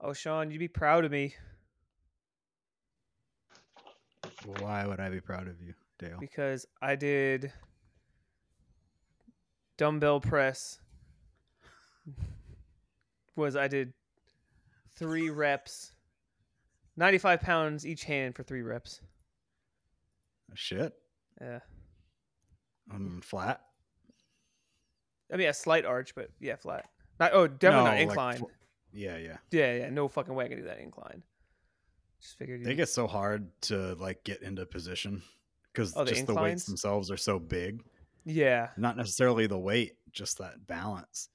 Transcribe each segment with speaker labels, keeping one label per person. Speaker 1: Oh, Sean, you'd be proud of me
Speaker 2: Why would I be proud of you, Dale?
Speaker 1: because I did dumbbell press. Was I did three reps, ninety-five pounds each hand for three reps.
Speaker 2: Shit.
Speaker 1: Yeah,
Speaker 2: I'm flat.
Speaker 1: I mean a slight arch, but yeah, flat. Not oh, definitely
Speaker 2: No,
Speaker 1: not
Speaker 2: like,
Speaker 1: incline.
Speaker 2: fl- yeah, yeah.
Speaker 1: yeah, yeah, no fucking way I can do that incline. Just figured.
Speaker 2: They get so hard to like get into position because
Speaker 1: Oh, the
Speaker 2: just the weights
Speaker 1: inclines?
Speaker 2: themselves are so big.
Speaker 1: yeah,
Speaker 2: Not necessarily the weight, just that balance.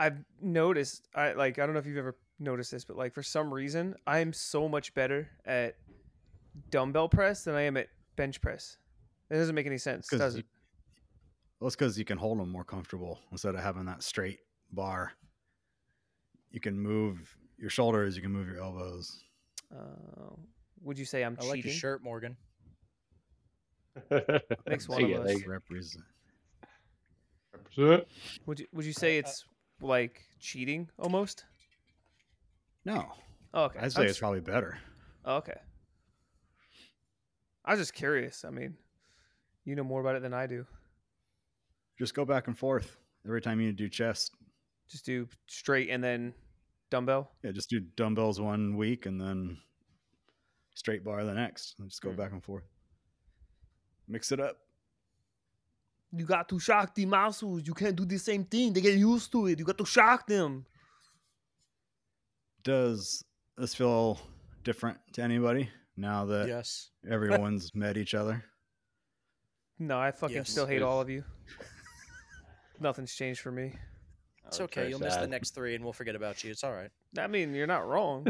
Speaker 1: I've noticed I like I don't know if you've ever noticed this, but like for some reason I'm so much better at dumbbell press than I am at bench press. It doesn't make any sense,
Speaker 2: Because
Speaker 1: does
Speaker 2: you,
Speaker 1: it?
Speaker 2: well, it's because you can hold them more comfortable instead of having that straight bar. You can move your shoulders. You can move your elbows.
Speaker 1: Uh, would you say I'm
Speaker 3: I like your
Speaker 1: cheating?
Speaker 3: shirt, Morgan.
Speaker 1: Makes one
Speaker 4: Yeah,
Speaker 1: of us.
Speaker 4: they-
Speaker 2: Represent.
Speaker 4: represent.
Speaker 1: Would you would you say it's like cheating almost?
Speaker 2: No,
Speaker 1: Oh, okay.
Speaker 2: I'd say
Speaker 1: I'm
Speaker 2: it's
Speaker 1: s-
Speaker 2: probably better.
Speaker 1: oh, okay. I was just curious. I mean, you know more about it than I do.
Speaker 2: Just go back and forth every time you do chest.
Speaker 1: Just do straight and then dumbbell.
Speaker 2: Yeah, just do dumbbells one week and then straight bar the next. And just go
Speaker 1: Hmm.
Speaker 2: back and forth. Mix it up.
Speaker 1: You got to shock the muscles. You can't do the same thing. They get used to it. You got to shock them.
Speaker 2: Does this feel different to anybody now that
Speaker 3: Yes.
Speaker 2: everyone's met each other?
Speaker 1: No, I fucking
Speaker 3: Yes.
Speaker 1: still hate all of you. Nothing's changed for me.
Speaker 3: It's
Speaker 4: Oh,
Speaker 3: okay.
Speaker 4: very
Speaker 3: You'll miss the
Speaker 4: sad.
Speaker 3: next three and we'll forget about you. It's all right.
Speaker 1: I mean, you're not wrong.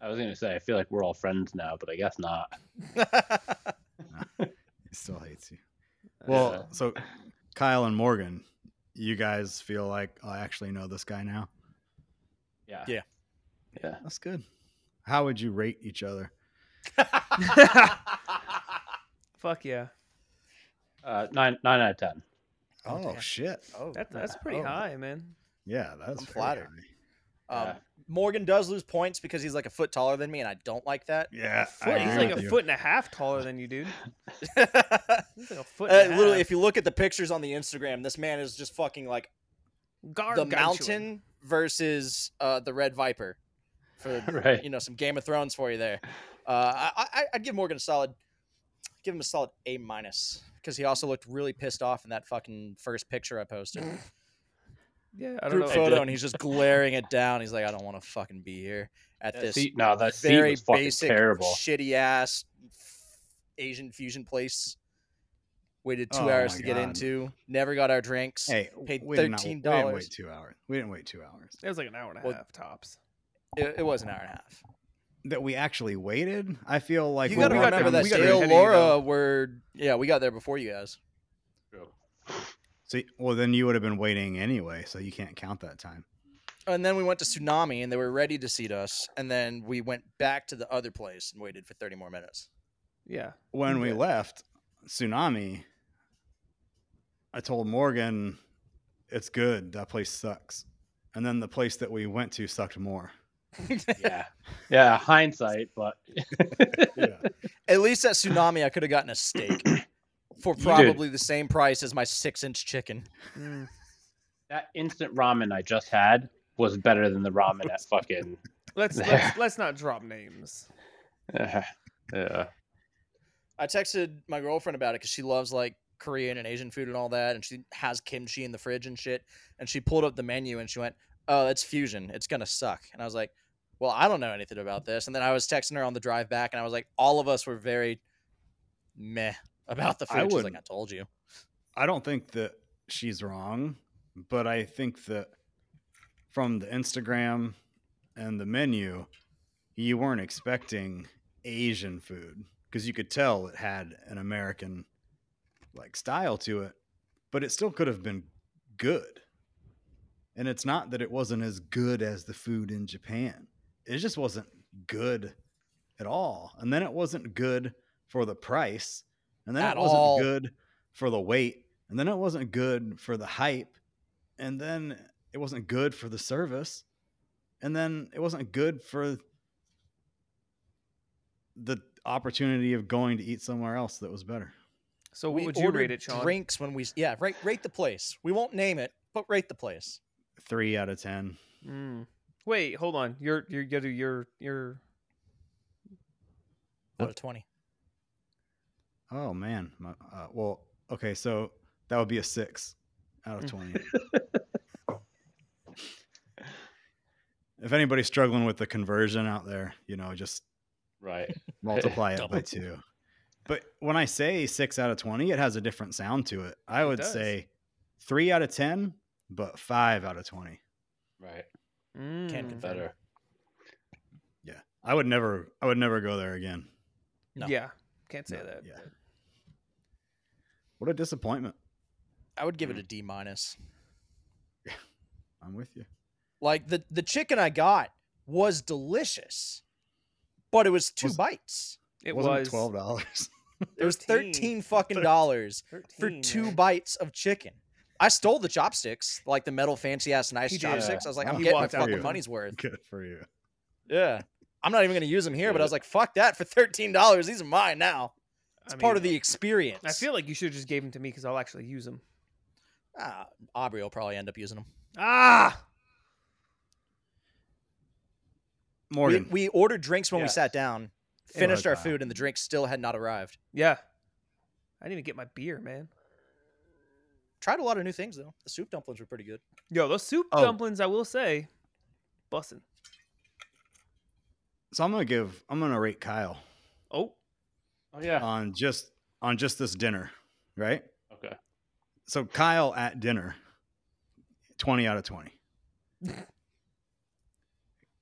Speaker 4: I was gonna say I feel like we're all friends now, but I guess not.
Speaker 2: He still hates you. Well,
Speaker 4: Uh, Yeah.
Speaker 2: so Kyle and Morgan, you guys feel like "Oh, I actually know this guy now.
Speaker 4: Yeah.
Speaker 3: Yeah.
Speaker 4: Yeah.
Speaker 2: That's good. How would you rate each other?
Speaker 1: Fuck yeah.
Speaker 4: Uh, nine nine out of ten.
Speaker 3: Oh,
Speaker 2: Oh,
Speaker 3: damn.
Speaker 2: shit.
Speaker 3: oh,
Speaker 1: That, that's pretty
Speaker 2: Oh.
Speaker 1: high, man.
Speaker 2: Yeah, that's
Speaker 3: I'm
Speaker 2: very
Speaker 3: flattered.
Speaker 2: high.
Speaker 3: um,
Speaker 4: yeah.
Speaker 3: Morgan does lose points because he's like a foot taller than me, and I don't like that.
Speaker 2: Yeah, I
Speaker 1: Foot, he's
Speaker 2: agree
Speaker 1: like
Speaker 2: with
Speaker 1: a
Speaker 2: you.
Speaker 1: foot and a half taller than you, dude. He's like a foot.
Speaker 3: Uh,
Speaker 1: And a
Speaker 3: literally,
Speaker 1: half.
Speaker 3: if you look at the pictures on the Instagram, this man is just fucking like the
Speaker 1: Gargantuan.
Speaker 3: mountain versus uh, the red viper. For
Speaker 4: Right.
Speaker 3: you know some Game of Thrones for you there. Uh, I, I I'd give Morgan a solid, give him a solid A minus because he also looked really pissed off in that fucking first picture I posted.
Speaker 1: Yeah, I don't
Speaker 3: Group
Speaker 1: know.
Speaker 3: photo,
Speaker 4: did.
Speaker 3: and he's just glaring it down. He's like, I don't want to fucking be here at
Speaker 4: That
Speaker 3: this
Speaker 4: seat- no, that seat
Speaker 3: very
Speaker 4: was fucking
Speaker 3: basic,
Speaker 4: terrible.
Speaker 3: shitty ass Asian fusion place. Waited two
Speaker 2: Oh
Speaker 3: hours
Speaker 2: my
Speaker 3: to get
Speaker 2: God.
Speaker 3: into. Never got our drinks.
Speaker 2: Hey,
Speaker 3: paid
Speaker 2: we did not- We
Speaker 3: $13.
Speaker 2: didn't wait two hours. We didn't wait two hours.
Speaker 1: It was like an hour and a
Speaker 3: Well-
Speaker 1: half tops.
Speaker 3: It, it was an hour and a half.
Speaker 2: That we actually waited. I feel like
Speaker 3: you
Speaker 2: we
Speaker 3: got to
Speaker 2: weren't
Speaker 3: remember
Speaker 2: gonna-
Speaker 3: that
Speaker 1: we got there
Speaker 3: Dale
Speaker 1: ahead of you,
Speaker 3: Laura
Speaker 1: though.
Speaker 3: were yeah we got there before you guys.
Speaker 2: So, well, then you would have been waiting anyway, so you can't count that time.
Speaker 3: And then we went to Tsunami, and they were ready to seat us. And then we went back to the other place and waited for thirty more minutes.
Speaker 1: Yeah.
Speaker 2: When we
Speaker 1: Yeah.
Speaker 2: left Tsunami, I told Morgan, "It's good. That place sucks." And then the place that we went to sucked more.
Speaker 4: yeah. Yeah. Hindsight, but
Speaker 2: Yeah.
Speaker 3: At least at Tsunami, I could have gotten a steak for
Speaker 4: You did.
Speaker 3: probably the same price as my six-inch chicken.
Speaker 1: Mm.
Speaker 4: that instant ramen I just had was better than the ramen at fucking.
Speaker 1: Let's, let's let's not drop names.
Speaker 4: yeah.
Speaker 3: I texted my girlfriend about it because she loves like Korean and Asian food and all that, and she has kimchi in the fridge and shit. And she pulled up the menu and she went, "Oh, it's fusion. It's gonna suck." And I was like, "Well, I don't know anything about this." And then I was texting her on the drive back, and I was like, "All of us were very meh about the
Speaker 2: I
Speaker 3: food." She's like,
Speaker 2: wouldn't-
Speaker 3: "I told you."
Speaker 2: I don't think that she's wrong, but I think that from the Instagram and the menu, you weren't expecting Asian food because you could tell it had an American like style to it, but it still could have been good. And it's not that it wasn't as good as the food in Japan. It just wasn't good at all. And then it wasn't good for the price. And then
Speaker 3: At
Speaker 2: it wasn't
Speaker 3: all.
Speaker 2: good for the weight. And then it wasn't good for the hype. And then it wasn't good for the service, and then it wasn't good for the opportunity of going to eat somewhere else that was better.
Speaker 1: So what
Speaker 3: we
Speaker 1: would you rate
Speaker 3: ordered
Speaker 1: it, Sean?
Speaker 3: Drinks when we yeah rate rate the place. We won't name it, but rate the place.
Speaker 2: Three out of ten.
Speaker 1: Mm. Wait, hold on. You're you're gonna do your your
Speaker 3: Out of twenty.
Speaker 2: Oh man. My, uh, well, okay, so that would be a six out of
Speaker 1: Mm.
Speaker 2: twenty. if anybody's struggling with the conversion out there, you know, just
Speaker 4: Right.
Speaker 2: multiply it by
Speaker 3: Double.
Speaker 2: two. But when I say six out of 20, it has a different sound to it. I would
Speaker 1: does.
Speaker 2: say three out of 10, but five out of 20.
Speaker 4: Right.
Speaker 1: mm.
Speaker 3: confirm.
Speaker 4: Better.
Speaker 2: I would never, I would never go there again.
Speaker 3: No.
Speaker 1: Yeah, can't say
Speaker 2: No,
Speaker 1: that.
Speaker 2: yeah. What a disappointment.
Speaker 3: I would give it a D minus.
Speaker 2: I'm with you.
Speaker 3: Like the the chicken I got was delicious, but it was two
Speaker 2: Was-
Speaker 3: bites.
Speaker 1: It
Speaker 2: Wasn't
Speaker 1: was
Speaker 2: twelve dollars.
Speaker 3: It was
Speaker 1: 13.
Speaker 3: thirteen fucking dollars
Speaker 1: 13,
Speaker 3: for two
Speaker 1: man.
Speaker 3: bites of chicken. I stole the chopsticks, like the metal fancy ass nice
Speaker 1: He did.
Speaker 3: chopsticks. I was like,
Speaker 2: Wow.
Speaker 3: I'm
Speaker 2: He
Speaker 3: getting my
Speaker 1: walked out
Speaker 3: fucking
Speaker 2: you.
Speaker 3: money's worth.
Speaker 2: Good for you.
Speaker 3: Yeah. I'm not even gonna use them here, but I
Speaker 4: Yeah.
Speaker 3: was like, fuck that for thirteen dollars. These are mine now.
Speaker 1: I
Speaker 3: It's part
Speaker 1: mean,
Speaker 3: of the experience.
Speaker 1: I feel like you should have just gave them to me because I'll actually use them.
Speaker 3: ah, Aubrey will probably end up using them.
Speaker 1: Ah,
Speaker 3: We,
Speaker 2: Morgan.
Speaker 3: we ordered drinks when we
Speaker 4: Yes.
Speaker 3: sat down,
Speaker 1: It
Speaker 3: finished
Speaker 2: was
Speaker 3: our
Speaker 2: wild.
Speaker 3: food, and the drinks still had not arrived.
Speaker 1: yeah. I didn't even get my beer, man.
Speaker 3: Tried a lot of new things though. The soup dumplings were pretty good.
Speaker 1: Yo, those soup
Speaker 2: Oh.
Speaker 1: dumplings, I will say, bussin'.
Speaker 2: so I'm gonna give I'm gonna rate Kyle
Speaker 1: Oh,
Speaker 4: Oh
Speaker 3: Um,
Speaker 4: yeah.
Speaker 2: on just on just this dinner, right?
Speaker 4: Okay.
Speaker 2: So Kyle at dinner, twenty out of twenty.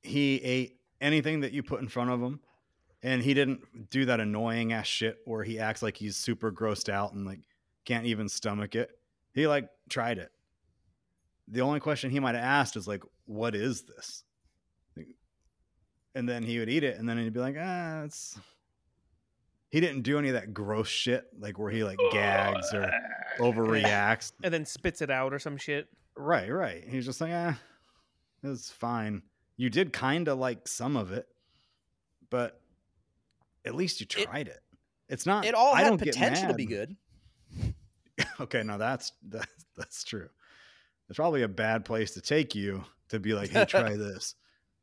Speaker 2: he ate anything that you put in front of him, and he didn't do that annoying ass shit where he acts like he's super grossed out and like can't even stomach it. He like tried it. The only question he might have asked is like, "What is this?" And then he would eat it, and then he'd be like, "Ah, it's." He didn't do any of that gross shit, like where he like gags or overreacts.
Speaker 1: and then spits it out or some shit.
Speaker 2: Right, right. He's just like, ah, it's fine. You did kind of like some of it, but at least you
Speaker 3: It-
Speaker 2: tried it. It's not.
Speaker 3: It all
Speaker 2: I
Speaker 3: had
Speaker 2: don't get
Speaker 3: potential to
Speaker 2: mad.
Speaker 3: be good.
Speaker 2: Okay, no, that's that's that's true. It's probably a bad place to take you to be like, hey, try this,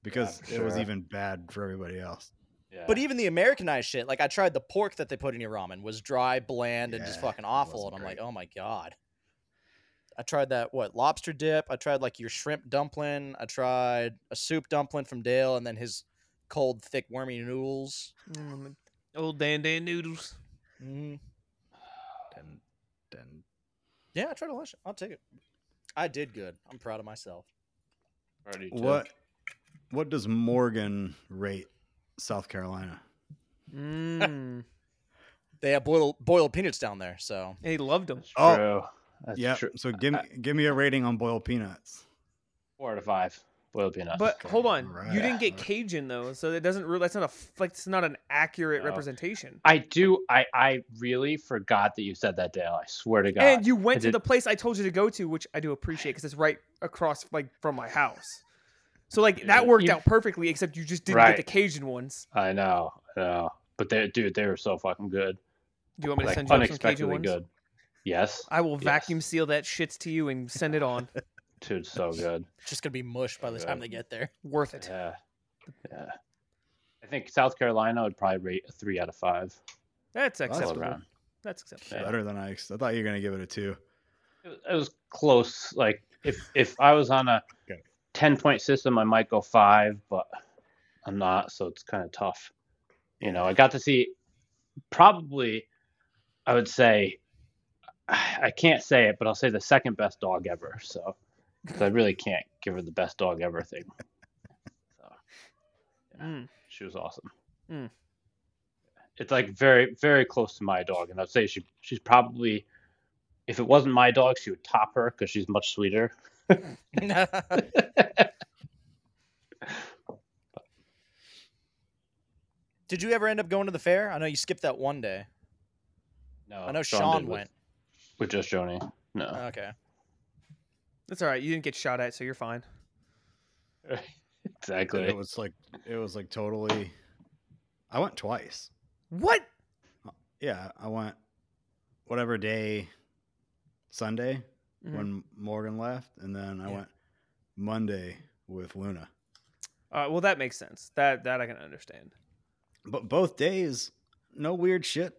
Speaker 2: because
Speaker 4: for
Speaker 2: it was
Speaker 4: sure.
Speaker 2: even bad for everybody else.
Speaker 4: Yeah.
Speaker 3: But even the Americanized shit, like I tried the pork that they put in your ramen was dry, bland, and just
Speaker 2: Yeah,
Speaker 3: fucking
Speaker 2: it
Speaker 3: awful.
Speaker 2: wasn't
Speaker 3: And I'm like,
Speaker 2: great.
Speaker 3: oh my god. I tried that what lobster dip. I tried like your shrimp dumpling. I tried a soup dumpling from Dale, and then his cold, thick, wormy noodles.
Speaker 1: Mm, old Dan Dan noodles.
Speaker 3: Mm.
Speaker 2: Then, then
Speaker 3: Yeah, I tried to lunch. I'll take it. I did good. I'm proud of myself.
Speaker 4: Already took-
Speaker 2: what? What does Morgan rate South Carolina?
Speaker 1: Mm.
Speaker 3: They have boiled boiled peanuts down there, so
Speaker 1: and he loved them.
Speaker 4: That's
Speaker 2: Oh.
Speaker 4: true. That's
Speaker 2: Yeah.
Speaker 4: true.
Speaker 2: So give me give me a rating on boiled peanuts.
Speaker 4: Four out of five. Boiled peanuts.
Speaker 1: But hold on, you
Speaker 2: Right.
Speaker 1: didn't get
Speaker 2: Yeah.
Speaker 1: Cajun though, so that doesn't. Really, that's not a f- like. It's not an accurate
Speaker 4: No.
Speaker 1: representation.
Speaker 4: I do. I I really forgot that you said that, Dale. I swear to God.
Speaker 1: And you went
Speaker 4: I
Speaker 1: to
Speaker 4: did-
Speaker 1: the place I told you to go to, which I do appreciate because it's right across like from my house. So like that
Speaker 4: Yeah,
Speaker 1: worked
Speaker 4: you-
Speaker 1: out perfectly, except you just didn't get
Speaker 4: Right.
Speaker 1: the Cajun ones.
Speaker 4: I know. I know. But they, dude, they were so fucking good.
Speaker 1: Do you want me to
Speaker 4: Like
Speaker 1: send you up some Cajun
Speaker 4: unexpectedly
Speaker 1: ones?
Speaker 4: good. Yes,
Speaker 1: I will
Speaker 4: Yes.
Speaker 1: vacuum seal that shits to you and send it on.
Speaker 4: dude, so good.
Speaker 3: it's just gonna be mush by the time they get there.
Speaker 1: Worth it.
Speaker 4: Yeah, yeah. I think South Carolina would probably rate a three out of five.
Speaker 1: That's
Speaker 2: that's
Speaker 4: all
Speaker 1: acceptable.
Speaker 4: around.
Speaker 1: That's acceptable.
Speaker 4: Yeah.
Speaker 2: Better than I. ex- I thought you were gonna give it a two.
Speaker 4: It was, it was close. Like if if I was on a
Speaker 2: Okay.
Speaker 4: ten point system, I might go five, but I'm not, so it's kind of tough. You know, I got to see probably. I would say I can't say it, but I'll say the second best dog ever. So, 'cause I really can't give her the best dog ever thing. So, yeah.
Speaker 1: Mm.
Speaker 4: She was awesome.
Speaker 1: Mm.
Speaker 4: It's like very, very close to my dog, and I'd say she she's probably, if it wasn't my dog, she would top her because she's much sweeter.
Speaker 3: Did you ever end up going to the fair? I know you skipped that one day.
Speaker 4: No,
Speaker 3: I know
Speaker 4: did
Speaker 3: Sean
Speaker 4: with-
Speaker 3: went. Uh,
Speaker 4: with just Joni. No,
Speaker 3: Okay.
Speaker 1: That's all right. You didn't get shot at, so you're fine.
Speaker 2: And
Speaker 4: Exactly.
Speaker 2: it was like it was like totally. I went twice.
Speaker 1: What?
Speaker 2: Yeah, I went whatever day, Sunday
Speaker 1: Mhm.
Speaker 2: when Morgan left, and then I
Speaker 3: Yeah.
Speaker 2: went Monday with Luna.
Speaker 1: Uh, well, that makes sense. That that I can understand.
Speaker 2: But both days, no weird shit,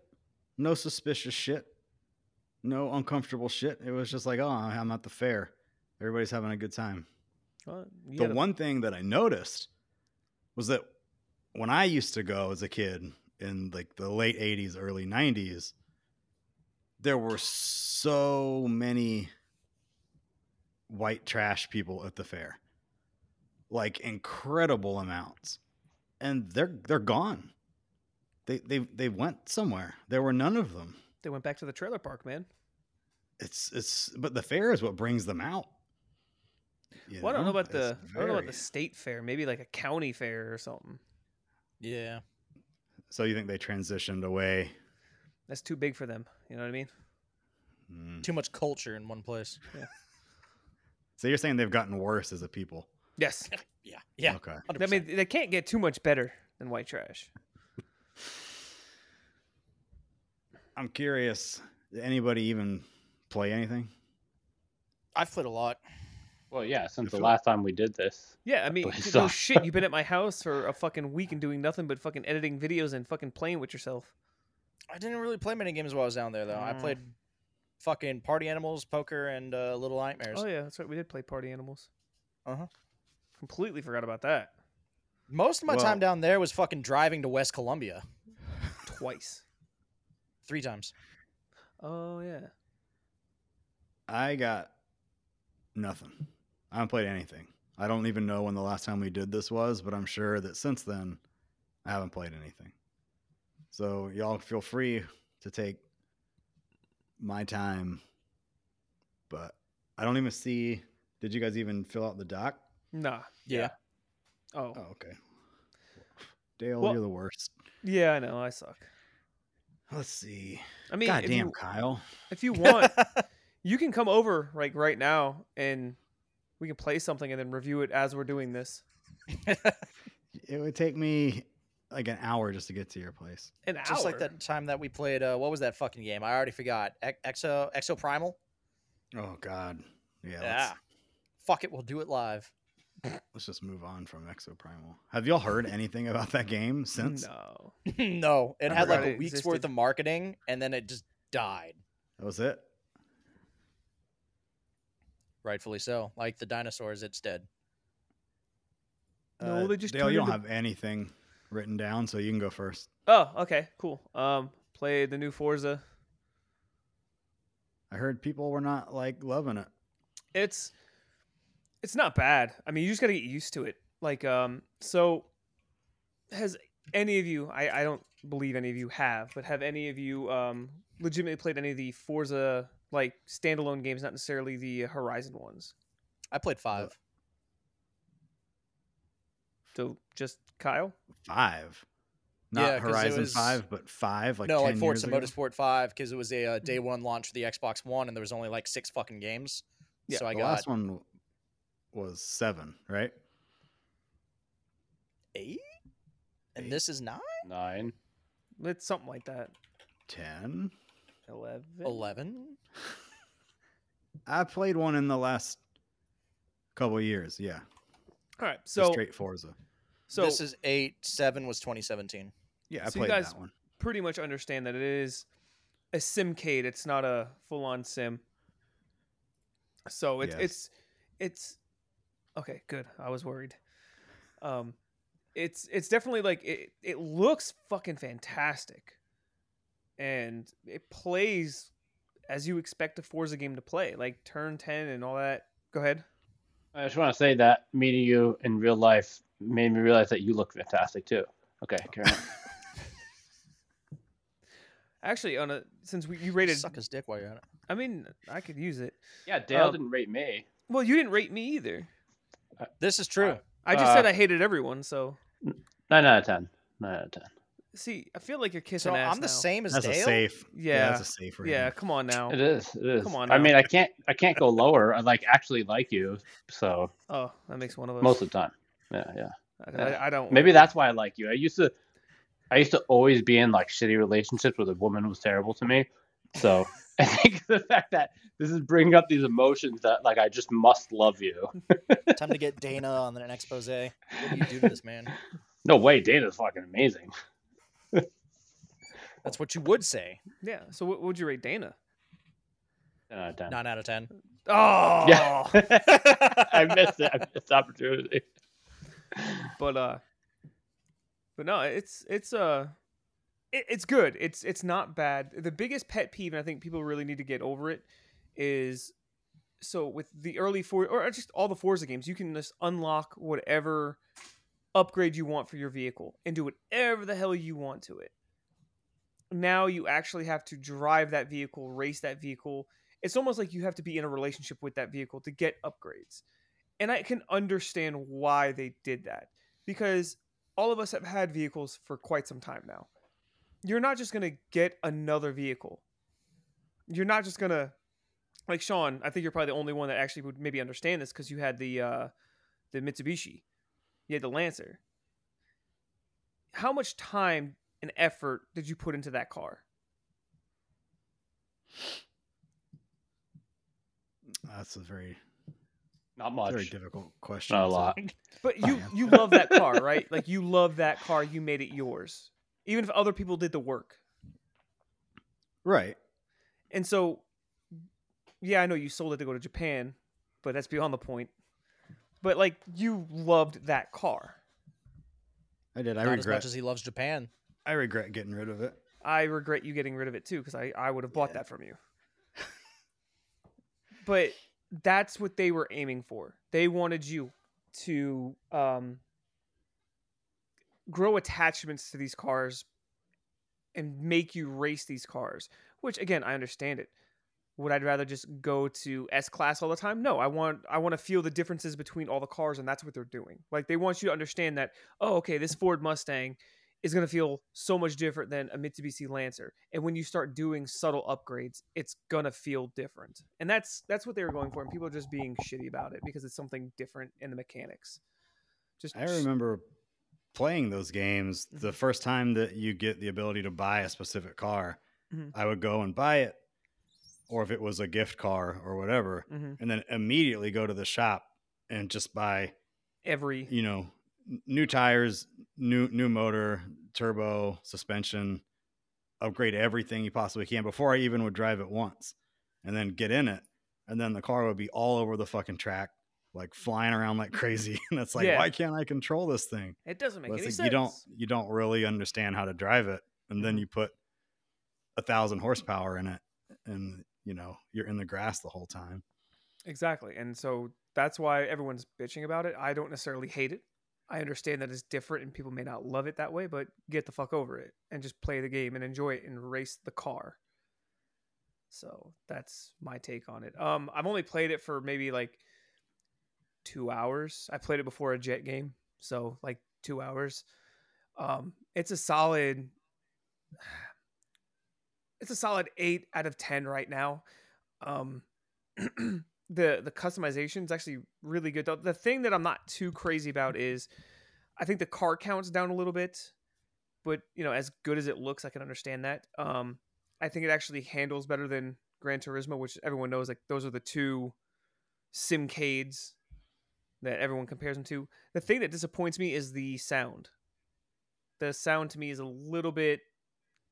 Speaker 2: no suspicious shit, no uncomfortable shit. It was just like, oh, I'm at the fair. Everybody's having a good time.
Speaker 1: Well, you
Speaker 2: the
Speaker 1: gotta-
Speaker 2: one thing that I noticed was that when I used to go as a kid in like the late 80s, early 90s, there were so many white trash people at the fair. Like incredible amounts. And they're they're gone. They they they went somewhere. There were none of them.
Speaker 1: they went back to the trailer park, man.
Speaker 2: It's it's but the fair is what brings them out. You
Speaker 1: Well, I don't know about the
Speaker 2: It's
Speaker 1: I don't know about
Speaker 2: very-
Speaker 1: the state fair. Maybe like a county fair or something.
Speaker 3: Yeah.
Speaker 2: So you think they transitioned away?
Speaker 1: That's too big for them. You know what I mean?
Speaker 2: Mm.
Speaker 3: Too much culture in one place.
Speaker 2: So you're saying they've gotten worse as a people?
Speaker 1: Yes.
Speaker 3: Yeah. Yeah.
Speaker 2: Okay.
Speaker 3: 100%.
Speaker 1: I mean, they can't get too much better than white trash.
Speaker 2: I'm curious. Did anybody even play anything?
Speaker 3: I've played a lot.
Speaker 4: Well, yeah, since the
Speaker 2: feel-
Speaker 4: last time we did this.
Speaker 1: Yeah, I mean,
Speaker 4: But
Speaker 1: dude,
Speaker 4: so-
Speaker 1: no shit. You've been at my house for a fucking week and doing nothing but fucking editing videos and fucking playing with yourself.
Speaker 3: I didn't really play many games while I was down there though. I
Speaker 1: Mm.
Speaker 3: played fucking Party Animals, Poker, and uh, Little Nightmares.
Speaker 1: Oh yeah, that's right. We did play Party Animals.
Speaker 3: Uh-huh.
Speaker 1: Completely forgot about that.
Speaker 3: Most of my
Speaker 2: Well-
Speaker 3: time down there was fucking driving to West Columbia
Speaker 1: Twice.
Speaker 3: three times.
Speaker 1: Oh yeah.
Speaker 2: I got nothing. I haven't played anything. I don't even know when the last time we did this was, but I'm sure that since then, I haven't played anything. So y'all feel free to take my time. But I don't even see. Did you guys even fill out the doc?
Speaker 1: Nah.
Speaker 3: Yeah.
Speaker 1: Oh.
Speaker 2: Oh, okay. Dale,
Speaker 1: Well-
Speaker 2: you're the worst.
Speaker 1: Yeah, I know. I suck.
Speaker 2: Let's see.
Speaker 1: I mean,
Speaker 2: God
Speaker 1: if
Speaker 2: damn,
Speaker 1: you,
Speaker 2: Kyle.
Speaker 1: if you want, you can come over like right now and we can play something and then review it as we're doing this.
Speaker 2: It would take me like an hour just to get to your place.
Speaker 1: An
Speaker 3: Just like
Speaker 1: hour.
Speaker 3: that time that we played. Uh, what was that fucking game? I already forgot. E- Exo Exo Primal.
Speaker 2: Oh God. Yeah. Let's,
Speaker 3: Fuck it, we'll do it live.
Speaker 2: let's just move on from Exoprimal. Have y'all heard anything about that game since?
Speaker 1: No.
Speaker 3: no, it
Speaker 2: I
Speaker 3: had like
Speaker 1: forgot
Speaker 3: a
Speaker 1: it
Speaker 3: week's
Speaker 1: existed.
Speaker 3: worth of marketing, and then it just died.
Speaker 2: That was it.
Speaker 3: Rightfully so. Like the dinosaurs, it's dead.
Speaker 1: No, they just
Speaker 2: Uh, Dale,
Speaker 1: turned
Speaker 2: you don't
Speaker 1: into-
Speaker 2: have anything written down, so you can go first.
Speaker 1: Oh, okay, cool. Um, play the new Forza.
Speaker 2: I heard people were not like loving it.
Speaker 1: It's it's not bad. I mean, you just gotta get used to it. Like, um, so has any of you? I I don't believe any of you have, but have any of you um legitimately played any of the Forza like standalone games, not necessarily the Horizon ones?
Speaker 3: I played five.
Speaker 1: So just Kyle.
Speaker 2: Five. Not
Speaker 3: Yeah, 'cause it
Speaker 2: Horizon
Speaker 3: was-
Speaker 2: Five, but five. Like
Speaker 3: no,
Speaker 2: 10
Speaker 3: like Forza
Speaker 2: years ago. Hmm.
Speaker 3: Motorsport Five because it was a uh, day one launch for the Xbox One, and there was only like six fucking games.
Speaker 1: Yeah,
Speaker 3: so I
Speaker 2: the
Speaker 3: got
Speaker 2: last one was seven, right?
Speaker 3: eight, and
Speaker 2: Eight.
Speaker 3: this is nine,
Speaker 4: Nine.
Speaker 1: It's something like that.
Speaker 2: Ten.
Speaker 1: Eleven.
Speaker 3: eleven.
Speaker 2: I played one in the last couple of years. Yeah,
Speaker 1: All right.
Speaker 2: so,
Speaker 1: So
Speaker 2: straight Forza.
Speaker 1: so
Speaker 3: this is eight. Seven was 2017.
Speaker 2: Yeah, I
Speaker 1: So you
Speaker 2: played
Speaker 1: guys-
Speaker 2: that one.
Speaker 1: pretty much understand that it is a simcade. It's not a full on sim. So it's
Speaker 2: Yes.
Speaker 1: it's it's okay. Good. I was worried. Um, it's it's definitely like it. It looks fucking fantastic, and it plays as you expect a Forza game to play, like turn ten and all that. Go ahead.
Speaker 4: I just want to say that meeting you in real life made me realize that you look fantastic too. Okay, Karen.
Speaker 1: Actually, on a since we, you rated,
Speaker 3: Suck his dick while you're at it.
Speaker 1: I mean, I could use it.
Speaker 4: yeah, Dale
Speaker 1: Um,
Speaker 4: didn't rate me.
Speaker 1: Well, you didn't rate me either.
Speaker 3: This is true.
Speaker 1: I just said
Speaker 4: Uh,
Speaker 1: I hated everyone, so
Speaker 4: Nine out of ten. Nine out of ten.
Speaker 1: See, I feel like you're kissing
Speaker 3: So
Speaker 1: ass
Speaker 3: I'm the
Speaker 1: now.
Speaker 3: same as
Speaker 2: That's a
Speaker 3: Dale.
Speaker 2: safe.
Speaker 1: Yeah.
Speaker 2: that's a safe rating.
Speaker 1: Yeah, come on now.
Speaker 4: It is. It is.
Speaker 1: Oh. Come on
Speaker 4: I
Speaker 1: now.
Speaker 4: mean, I can't. I can't go lower. I like actually like you. So
Speaker 1: Oh, that makes one of us.
Speaker 4: most of the time. Yeah, yeah.
Speaker 1: I, I- I don't.
Speaker 4: Maybe that's why I like you. I used to. I used to always be in like shitty relationships where the woman was terrible to me. So I think the fact that this is bringing up these emotions that like I just must love you.
Speaker 3: Time to get Dana on an expose. What do you do to this man?
Speaker 4: No way, Dana's fucking amazing.
Speaker 3: That's what you would say.
Speaker 1: Yeah. So what would you rate Dana?
Speaker 4: Ten out of ten.
Speaker 3: Nine out of ten.
Speaker 1: Oh.
Speaker 4: Uh, Yeah. I missed it. I missed the opportunity.
Speaker 1: but uh but no it's it's uh it, it's good it's it's not bad the biggest pet peeve and i think people really need to get over it is so with the early four or just all the forza games you can just unlock whatever upgrade you want for your vehicle and do whatever the hell you want to it now you actually have to drive that vehicle race that vehicle it's almost like you have to be in a relationship with that vehicle to get upgrades and I can understand why they did that because all of us have had vehicles for quite some time now. You're not just going to get another vehicle. You're not just going to like Sean, I think you're probably the only one that actually would maybe understand this cuz you had the uh the Mitsubishi. You had the Lancer. How much time and effort did you put into that car?
Speaker 2: That's a very
Speaker 4: Not
Speaker 2: very
Speaker 4: much.
Speaker 2: difficult question.
Speaker 4: Not a
Speaker 2: to-
Speaker 4: lot.
Speaker 1: But you you love that car, right? Like you love that car, you made it yours. Even if other people did the work.
Speaker 2: Right.
Speaker 1: And so, yeah, I know you sold it to go to Japan, but that's beyond the point. But like, you loved that car.
Speaker 2: I did. I
Speaker 3: Not as
Speaker 2: regret.
Speaker 3: much as he loves Japan.
Speaker 2: I regret getting rid of it.
Speaker 1: I regret you getting rid of it too, because I, I would have bought that from you. but that's what they were aiming for. They wanted you to um, grow attachments to these cars and make you race these cars, which again, I understand it. Would I rather just go to S class all the time? No, I want I want to feel the differences between all the cars, and that's what they're doing. Like they want you to understand that, oh, okay, this Ford Mustang is going to feel so much different than a Mitsubishi Lancer. And when you start doing subtle upgrades, it's going to feel different. And that's that's what they were going for and people are just being shitty about it because it's something different in the mechanics. Just
Speaker 2: I remember playing those games
Speaker 3: Mm-hmm.
Speaker 2: the first time that you get the ability to buy a specific car.
Speaker 3: Mm-hmm.
Speaker 1: Mhm.
Speaker 2: I would go and buy it, or if it was a gift car or whatever,
Speaker 1: Mhm.
Speaker 2: and then immediately go to the shop and just buy,
Speaker 1: every
Speaker 2: you know, n- new tires, new new motor, turbo, suspension, upgrade everything you possibly can before I even would drive it once, and then get in it, and then the car would be all over the fucking track, like flying around like crazy, and it's like,
Speaker 1: Yeah.
Speaker 2: why can't I control this thing?
Speaker 1: it doesn't make
Speaker 2: Well,
Speaker 1: any
Speaker 2: it's
Speaker 1: sense. Mm-hmm.
Speaker 2: like you don't you don't really understand how to drive it, and then you put a thousand horsepower in it, and you know you're in the grass the whole time.
Speaker 1: Exactly. And so that's why everyone's bitching about it. I don't necessarily hate it. I understand that it's different and people may not love it that way, but get the fuck over it and just play the game and enjoy it and race the car. So that's my take on it. Um, I've only played it for maybe like two hours. I played it before a jet game, so like two hours. Um, it's a solid it's a solid eight out of ten right now. Um the the customization is actually really good. The, the thing that I'm not too crazy about is I think the car counts down a little bit, but you know, as good as it looks, I can understand that. Um, I think it actually handles better than Gran Turismo, which everyone knows like those are the two simcades that everyone compares them to. The thing that disappoints me is the sound. The sound to me is a little bit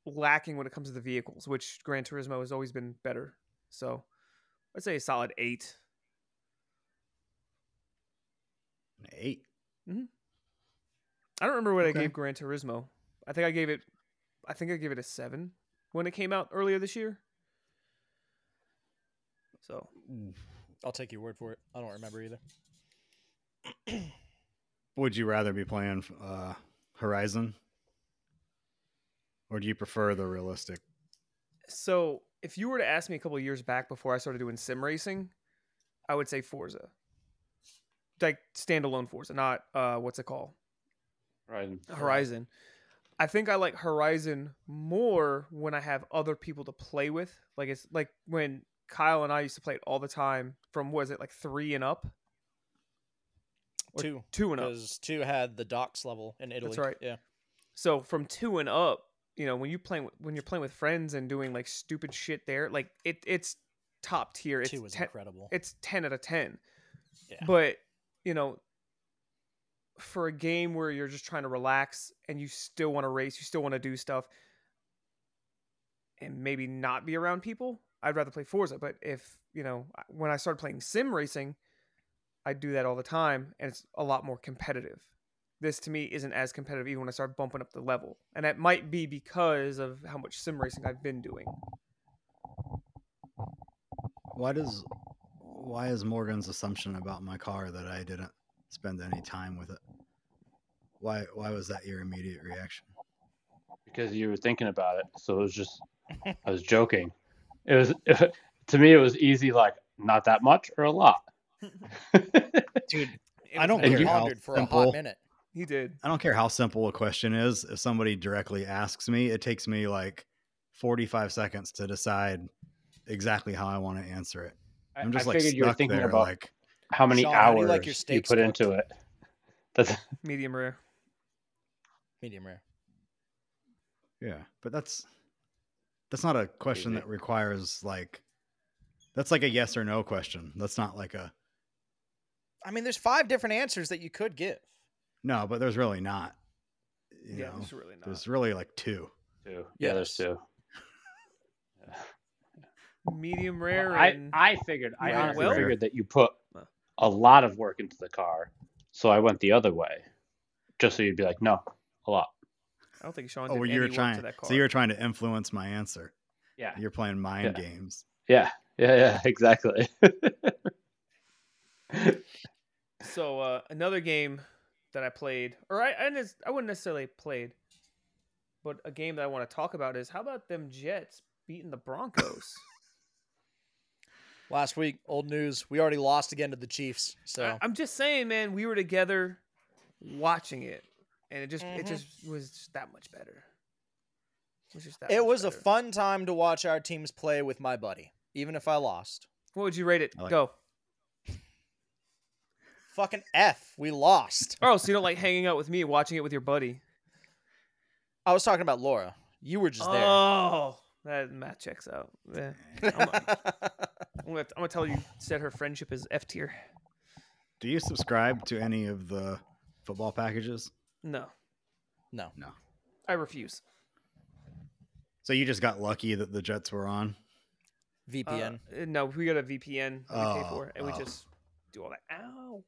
Speaker 1: lacking when it comes to the vehicles, which Gran Turismo has always been better. So I'd say a solid eight.
Speaker 2: An Eight.
Speaker 1: I don't remember what
Speaker 2: Okay.
Speaker 1: I gave Gran Turismo. I think I gave it. I think I gave it a seven when it came out earlier this year. So
Speaker 3: I'll take your word for it. I don't remember either.
Speaker 2: Would you rather be playing uh, Horizon, or do you prefer the realistic?
Speaker 1: So if you were to ask me a couple of years back before I started doing sim racing, I would say Forza. Like standalone Forza, not uh what's it called?
Speaker 4: Horizon.
Speaker 1: Horizon. I think I like Horizon more when I have other people to play with. Like it's like when Kyle and I used to play it all the time from was it like three and up, Or
Speaker 3: two
Speaker 1: two and up.
Speaker 3: because two had the docks level in Italy.
Speaker 1: right.
Speaker 3: Yeah.
Speaker 1: So from two and up, you know, when you playing with- when you're playing with friends and doing like stupid shit there, like it it's top tier. It's
Speaker 3: two was
Speaker 1: ten,
Speaker 3: incredible.
Speaker 1: it's ten out of ten.
Speaker 3: Yeah.
Speaker 1: But you know, for a game where you're just trying to relax and you still want to race, you still want to do stuff, and maybe not be around people, I'd rather play Forza. But if you know, I- when I started playing sim racing, I do that all the time, and it's a lot more competitive. This to me isn't as competitive even when I start bumping up the level, and that might be because of how much sim racing I've been doing.
Speaker 2: Why does why is Morgan's assumption about my car that I didn't spend any time with it? Why why was that your immediate reaction?
Speaker 4: because you were thinking about it. So it was just, I was joking. It was to me, it was easy, like not that much or a lot.
Speaker 2: Dude,
Speaker 1: It
Speaker 2: I
Speaker 1: was
Speaker 2: don't
Speaker 1: very-
Speaker 2: care how
Speaker 3: pondered for a hot
Speaker 2: simple-
Speaker 3: minute.
Speaker 1: He did.
Speaker 2: I don't care how simple a question is. If somebody directly asks me, it takes me like 45 seconds to decide exactly how I want to answer it.
Speaker 4: I-
Speaker 2: I'm just
Speaker 4: I
Speaker 2: like
Speaker 4: figured
Speaker 2: stuck
Speaker 4: you were thinking
Speaker 2: there,
Speaker 4: about
Speaker 2: like
Speaker 4: how many
Speaker 3: Sean, how do
Speaker 4: hours
Speaker 3: you
Speaker 4: you,
Speaker 3: like your steaks
Speaker 4: put
Speaker 3: cooked?
Speaker 4: into it. That's
Speaker 1: Medium rare.
Speaker 3: Medium rare.
Speaker 2: yeah, but that's that's not a question that requires like that's like a yes or no question. That's not like a
Speaker 3: I mean, there's five different answers that you could give.
Speaker 2: no, but there's really not. You
Speaker 1: yeah,
Speaker 2: know,
Speaker 1: it's really not.
Speaker 2: there's really like two.
Speaker 4: two. Yeah, there's
Speaker 3: Yes.
Speaker 4: two.
Speaker 1: medium rare.
Speaker 4: I,
Speaker 1: and
Speaker 4: I figured, I
Speaker 1: Right.
Speaker 4: honestly
Speaker 1: Well-
Speaker 4: figured that you put a lot of work into the car. So I went the other way, just so you'd be like, no, a lot.
Speaker 1: I don't think Sean did
Speaker 2: Oh, well,
Speaker 1: any
Speaker 2: you were
Speaker 1: work
Speaker 2: trying.
Speaker 1: to that car.
Speaker 2: So you were trying to influence my answer.
Speaker 4: Yeah.
Speaker 2: You're playing mind
Speaker 4: Yeah.
Speaker 2: games.
Speaker 4: Yeah. Yeah. Yeah. Exactly.
Speaker 1: So uh, another game that I played, or I I, nes- I wouldn't necessarily played, but a game that I want to talk about is how about them Jets beating the Broncos?
Speaker 3: Last week, old news. We already lost again to the Chiefs. So
Speaker 1: I, am just saying, man, we were together watching it, and it just it
Speaker 3: Mhm.
Speaker 1: just was just that much better. It was, just that
Speaker 3: it
Speaker 1: much
Speaker 3: was a
Speaker 1: better.
Speaker 3: fun time to watch our teams play with my buddy, even if I lost.
Speaker 1: What would you rate it?
Speaker 2: I like-
Speaker 1: Go.
Speaker 3: Fucking F, we lost.
Speaker 1: Oh, so you don't like hanging out with me, watching it with your buddy?
Speaker 3: I was talking about Laura. You were just there.
Speaker 1: Oh, that math checks out. Yeah. I'm, I'm Uh, gonna, I'm gonna tell you, said her friendship is F tier.
Speaker 2: Do you subscribe to any of the football packages?
Speaker 1: No,
Speaker 3: no.
Speaker 1: I refuse.
Speaker 2: So you just got lucky that the Jets were on.
Speaker 1: Uh,
Speaker 3: VPN.
Speaker 1: uh, no, we got a VPN that we pay
Speaker 2: Oh,
Speaker 1: for, and we
Speaker 2: oh.
Speaker 1: just do all that. Ow.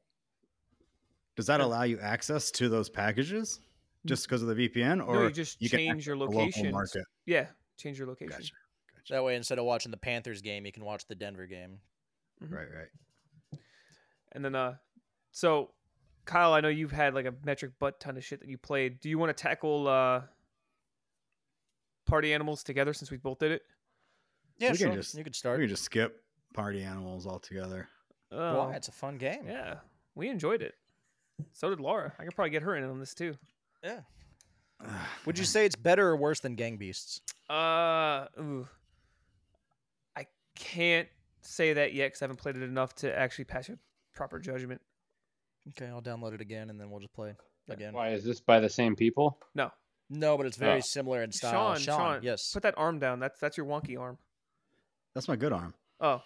Speaker 2: Does that
Speaker 1: Yeah. Mm.
Speaker 2: allow you access to those packages just because of the VPN,
Speaker 1: no,
Speaker 2: or
Speaker 1: you just
Speaker 2: you can
Speaker 1: change your
Speaker 2: the local
Speaker 1: location.
Speaker 2: market?
Speaker 1: Yeah, change your location.
Speaker 2: Gotcha. Gotcha.
Speaker 3: that way, instead of watching the Panthers game, you can watch the Denver game.
Speaker 1: Mhm.
Speaker 2: Right, right.
Speaker 1: And then, uh, so Kyle, I know you've had like a metric butt ton of shit that you played. Do you want to tackle uh party animals together since we both did it?
Speaker 3: Yeah,
Speaker 2: We can
Speaker 3: sure.
Speaker 2: just-
Speaker 3: you could
Speaker 2: We
Speaker 3: start.
Speaker 2: can just skip party animals altogether.
Speaker 1: Oh,
Speaker 3: Why? It's a fun game.
Speaker 1: yeah, we enjoyed it. So did Laura. I could probably get her in on this too.
Speaker 3: Yeah.
Speaker 2: Ugh,
Speaker 3: Would you say it's better or worse than Gang Beasts?
Speaker 1: Uh, ooh. I can't say that yet because I haven't played it enough to actually pass a proper judgment.
Speaker 3: Okay, I'll download it again and then we'll just play again.
Speaker 4: Why is this by the same people?
Speaker 1: No,
Speaker 3: No, but it's very
Speaker 4: Oh.
Speaker 3: similar in style.
Speaker 1: Sean, Sean,
Speaker 3: yes.
Speaker 1: put that arm down. That's that's your wonky arm.
Speaker 2: That's my good arm.
Speaker 1: Oh,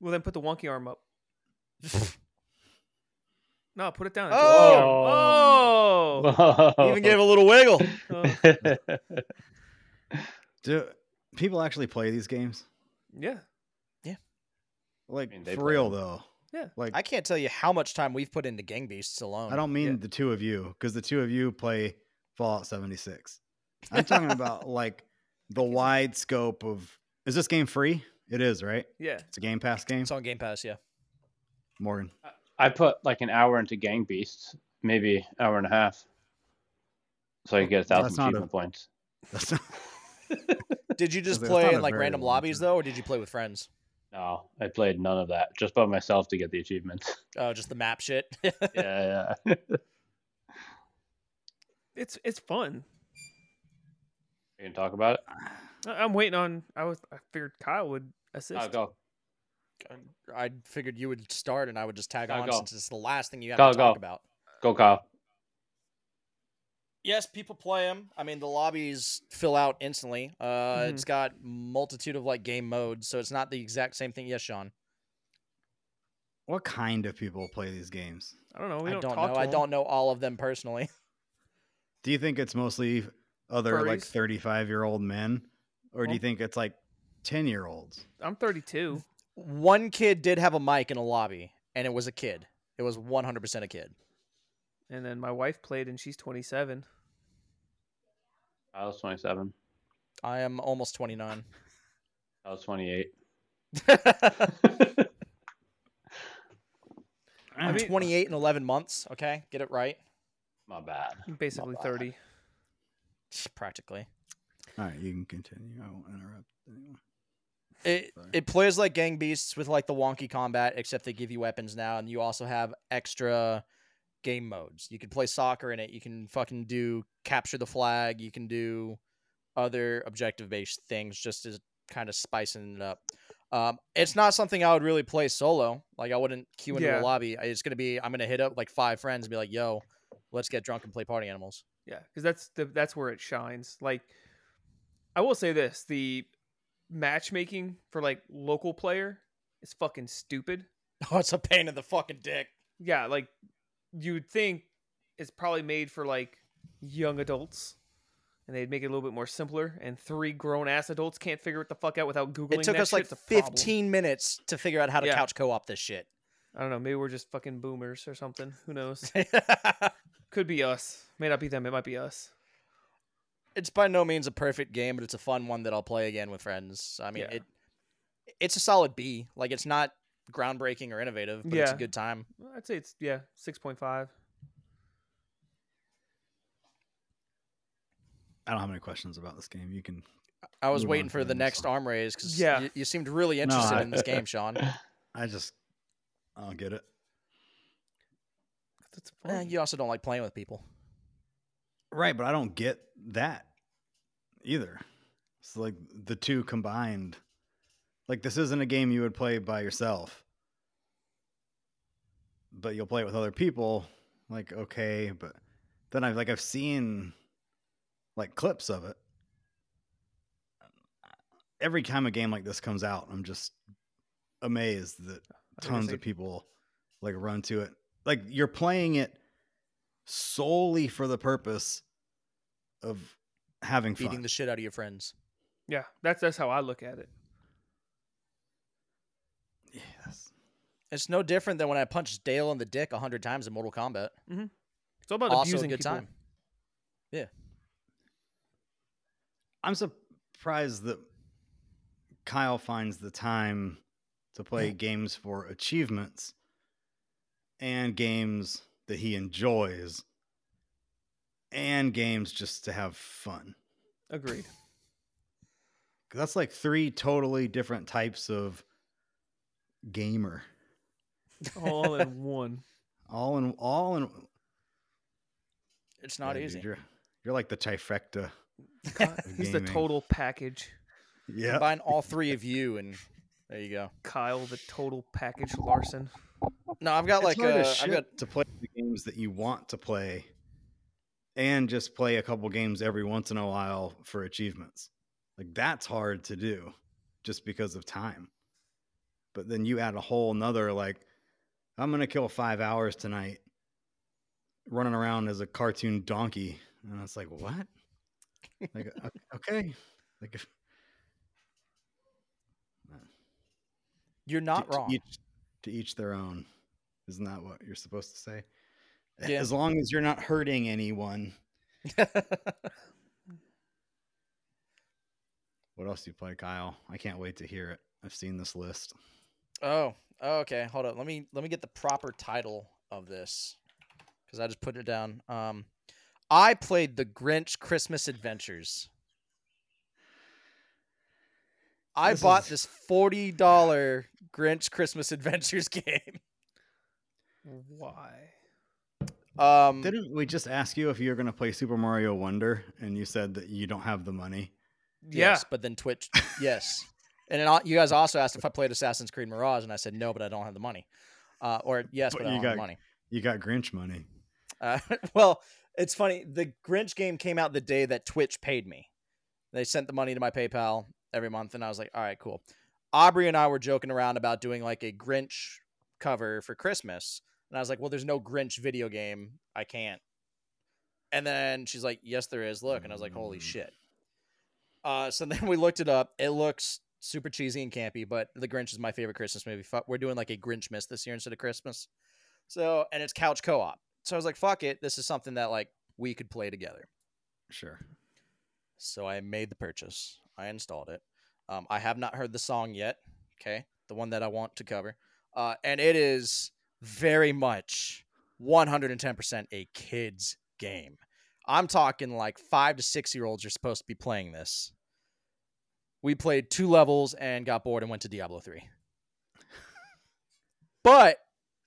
Speaker 1: well then put the wonky arm up. No, put it down. It's your wonky Oh! arm.
Speaker 4: Whoa.
Speaker 3: Even gave a little wiggle.
Speaker 1: oh, Uh,
Speaker 2: Do people actually play these games?
Speaker 1: yeah.
Speaker 2: Like
Speaker 4: mean, they
Speaker 2: for
Speaker 4: play
Speaker 2: real
Speaker 4: them.
Speaker 2: though.
Speaker 1: Yeah.
Speaker 2: Like
Speaker 3: I can't tell you how much time we've put into Gang Beasts alone.
Speaker 2: I don't mean
Speaker 1: yeah.
Speaker 2: the two of you because the two of you play Fallout 76. I'm talking about like the wide scope of. Is this game free? It is, right?
Speaker 1: Yeah,
Speaker 2: It's a Game Pass game.
Speaker 3: It's on Game Pass, yeah.
Speaker 2: Morgan,
Speaker 4: I put like an hour into Gang Beasts, maybe hour and a half. So I could get a
Speaker 2: Well, that's not
Speaker 4: thousand
Speaker 2: a-
Speaker 4: achievement points.
Speaker 2: that's not,
Speaker 3: Did you just
Speaker 2: It's
Speaker 3: play
Speaker 2: not
Speaker 3: in
Speaker 2: a
Speaker 3: like
Speaker 2: very
Speaker 3: random
Speaker 2: long
Speaker 3: lobbies
Speaker 2: time.
Speaker 3: though, or did you play with friends?
Speaker 4: No, I played none of that, just by myself to get the achievements.
Speaker 3: Oh, just the map shit.
Speaker 4: yeah, yeah.
Speaker 1: it's it's fun.
Speaker 4: You can talk about it.
Speaker 1: I- I'm waiting on. I was. I figured Kyle would assist.
Speaker 4: Kyle, go.
Speaker 3: I figured you would start, and I would just tag
Speaker 4: Go,
Speaker 3: on
Speaker 4: go.
Speaker 3: since it's the last thing you have
Speaker 4: Go,
Speaker 3: to talk
Speaker 4: go.
Speaker 3: about.
Speaker 4: Go, Kyle.
Speaker 3: Yes, people play them. I mean, the lobbies fill out instantly. Uh,
Speaker 1: Mhm.
Speaker 3: It's got multitude of like game modes, so it's not the exact same thing. Yes, Sean.
Speaker 2: What kind of people play these games?
Speaker 1: I don't know. We
Speaker 3: I
Speaker 1: don't,
Speaker 3: don't
Speaker 1: talk
Speaker 3: know.
Speaker 1: to
Speaker 3: I
Speaker 1: him.
Speaker 3: don't know all of them personally.
Speaker 2: Do you think it's mostly other like
Speaker 1: Furries?
Speaker 2: 35 year old men? Or do
Speaker 1: Well-
Speaker 2: you think it's like 10 year olds?
Speaker 1: I'm 32.
Speaker 3: One kid did have a mic in a lobby, and it was a kid. It was 100% a kid.
Speaker 1: And then my wife played, and she's 27.
Speaker 4: Kyle's 27.
Speaker 3: I am almost 29.
Speaker 4: Kyle's 28.
Speaker 1: I mean,
Speaker 3: 28 and 11 months. Okay, get it right.
Speaker 4: My bad.
Speaker 1: basically
Speaker 4: bad.
Speaker 1: 30.
Speaker 3: Practically.
Speaker 2: All right, you can continue. I won't interrupt anyone.
Speaker 3: It
Speaker 2: Sorry.
Speaker 3: it plays like Gang Beasts with like the wonky combat, except they give you weapons now, and you also have extra game modes. You can play soccer in it. You can fucking do capture the flag. You can do other objective based things just as kind of spicing it up. Um, it's not something I would really play solo. Like I wouldn't queue into
Speaker 1: Yeah.
Speaker 3: a lobby. I- It's gonna be I'm gonna hit up like five friends and be like, "Yo, let's get drunk and play Party Animals."
Speaker 1: Yeah, because that's the that's where it shines. Like, I will say this: the matchmaking for like local player is fucking stupid.
Speaker 3: Oh, it's a pain in the fucking dick.
Speaker 1: Yeah, like you would think it's probably made for like young adults, and they'd make it a little bit more simpler. And three grown ass adults can't figure it the fuck out without googling.
Speaker 3: It took
Speaker 1: that
Speaker 3: us like
Speaker 1: shit. It's a problem.
Speaker 3: 15 minutes to figure out how to
Speaker 1: Yeah.
Speaker 3: couch co-op this shit.
Speaker 1: I don't know. Maybe we're just fucking boomers or something. Who knows? Could be us. May not be them. It might be us.
Speaker 3: it's by no means a perfect game, but it's a fun one that I'll play again with friends. I mean,
Speaker 1: Yeah.
Speaker 3: it it's a solid B. Like it's not groundbreaking or innovative, but it's a
Speaker 1: Yeah.
Speaker 3: good time.
Speaker 1: I'd say it's yeah, six point five.
Speaker 2: I don't have any questions about this game. You can.
Speaker 3: I was
Speaker 2: Move on
Speaker 3: waiting
Speaker 2: to
Speaker 3: for
Speaker 2: the
Speaker 3: the
Speaker 2: next
Speaker 3: next
Speaker 2: one.
Speaker 3: arm raise because
Speaker 1: Yeah.
Speaker 3: you, seemed really interested
Speaker 2: I-
Speaker 3: in this game, Sean.
Speaker 2: I just. I don't get it.
Speaker 1: That's a
Speaker 3: Eh,
Speaker 1: problem.
Speaker 3: you also don't like playing with people.
Speaker 2: Right, but I don't get that either. It's like the two combined. Like this isn't a game you would play by yourself. But you'll play it with other people. Like, okay, but then I've like I've seen like clips of it. Every time a game like this comes out, I'm just amazed that
Speaker 1: was gonna
Speaker 2: tons
Speaker 1: say-
Speaker 2: of people like run to it. Like you're playing it solely for the purpose of having fun.
Speaker 3: Beating the shit out of your friends.
Speaker 1: Yeah, that's that's how I look at it.
Speaker 2: yes.
Speaker 3: It's no different than when I punched Dale in the dick a hundred times in Mortal Kombat.
Speaker 1: It's all about
Speaker 3: Also a
Speaker 1: abusing
Speaker 3: good
Speaker 1: people.
Speaker 3: time.
Speaker 2: I'm surprised that Kyle finds the time to play games for achievements and games that he enjoys and games just to have fun.
Speaker 1: Agreed.
Speaker 2: 'Cause That's like three totally different types of gamer.
Speaker 1: All in one.
Speaker 2: All in all in
Speaker 3: It's not
Speaker 2: Yeah, dude,
Speaker 3: easy.
Speaker 2: you're, you're like the trifecta.
Speaker 1: Ky-
Speaker 2: of
Speaker 1: He's the
Speaker 2: gaming.
Speaker 1: total package.
Speaker 2: Yeah.
Speaker 3: Combine all three of you, and there you go.
Speaker 1: Kyle, the total package Larson.
Speaker 3: No, I've got
Speaker 2: it's
Speaker 3: like
Speaker 2: hard
Speaker 3: uh,
Speaker 2: as
Speaker 3: I've
Speaker 2: shit
Speaker 3: got
Speaker 2: to play the games that you want to play, and just play a couple games every once in a while for achievements. Like that's hard to do, just because of time. But then you add a whole nother like, I'm gonna kill five hours tonight, running around as a cartoon donkey, and it's like what? like o- okay, like if
Speaker 3: you're not
Speaker 2: to,
Speaker 3: wrong.
Speaker 2: To each, to each their own. Isn't that what you're supposed to say?
Speaker 3: Yeah.
Speaker 2: As long as you're not hurting anyone. What else do you play, Kyle? I can't wait to hear it. I've seen this list.
Speaker 3: Oh, oh, okay. Hold on. Let me let me get the proper title of this because I just put it down. Um, I played the Grinch Christmas Adventures. I
Speaker 2: This
Speaker 3: bought
Speaker 2: is-
Speaker 3: this forty dollar Grinch Christmas Adventures game.
Speaker 1: Why?
Speaker 3: Um,
Speaker 2: Didn't we just ask you if you were going to play Super Mario Wonder and you said that you don't have the money?
Speaker 1: Yeah.
Speaker 3: Yes, but then Twitch, yes. And then al- you guys also asked if I played Assassin's Creed Mirage, and I said no, but I don't have the money. Uh, or yes,
Speaker 2: But
Speaker 3: but, I
Speaker 2: you
Speaker 3: don't have
Speaker 2: got-
Speaker 3: the money.
Speaker 2: You got Grinch money.
Speaker 3: Uh, well, it's funny. The Grinch game came out the day that Twitch paid me. They sent the money to my PayPal every month, and I was like, all right, cool. Aubrey and I were joking around about doing like a Grinch cover for Christmas. And I was like, well, there's no Grinch video game. I can't. And then she's like, yes, there is. Look. And I was like, holy
Speaker 2: Mm.
Speaker 3: shit. Uh, so then we looked it up. It looks super cheesy and campy, but The Grinch is my favorite Christmas movie. Fuck, We're doing like a Grinch miss this year instead of Christmas. So, and it's couch co op. So I was like, fuck it. This is something that like we could play together.
Speaker 2: Sure.
Speaker 3: So I made the purchase. I installed it. Um, I have not heard the song yet. Okay, the one that I want to cover, uh, and it is very much 110% a kids game. I'm talking like five to six year olds are supposed to be playing this. We played two levels and got bored and went to Diablo three. but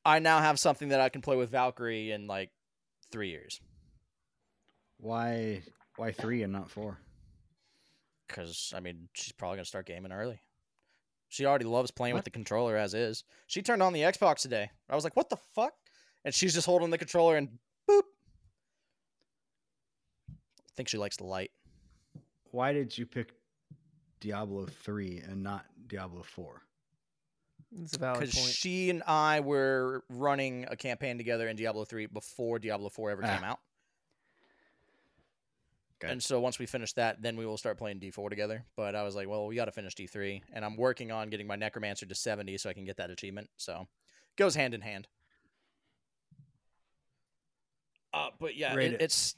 Speaker 3: I now have something that I can play with Valkyrie in like three years
Speaker 2: Why why 3 and not 4?
Speaker 3: because I mean she's probably gonna start gaming early. She already loves playing with the controller as is. She turned on the Xbox today. I was like, "What the fuck?" And she's just holding the controller and boop. I think she likes the light.
Speaker 2: Why did you pick Diablo 3 and not Diablo 4?
Speaker 1: That's a valid
Speaker 3: Because
Speaker 1: point.
Speaker 3: she and I were running a campaign together in Diablo 3 before Diablo 4 ever
Speaker 2: Ah.
Speaker 3: came out.
Speaker 2: Okay.
Speaker 3: And so once we finish that, then we will start playing D4 together. But I was like, well, we got to finish D3. And I'm working on getting my Necromancer to 70 so I can get that achievement. So goes hand in hand. Uh, but yeah,
Speaker 2: Rate it.
Speaker 3: it, it's.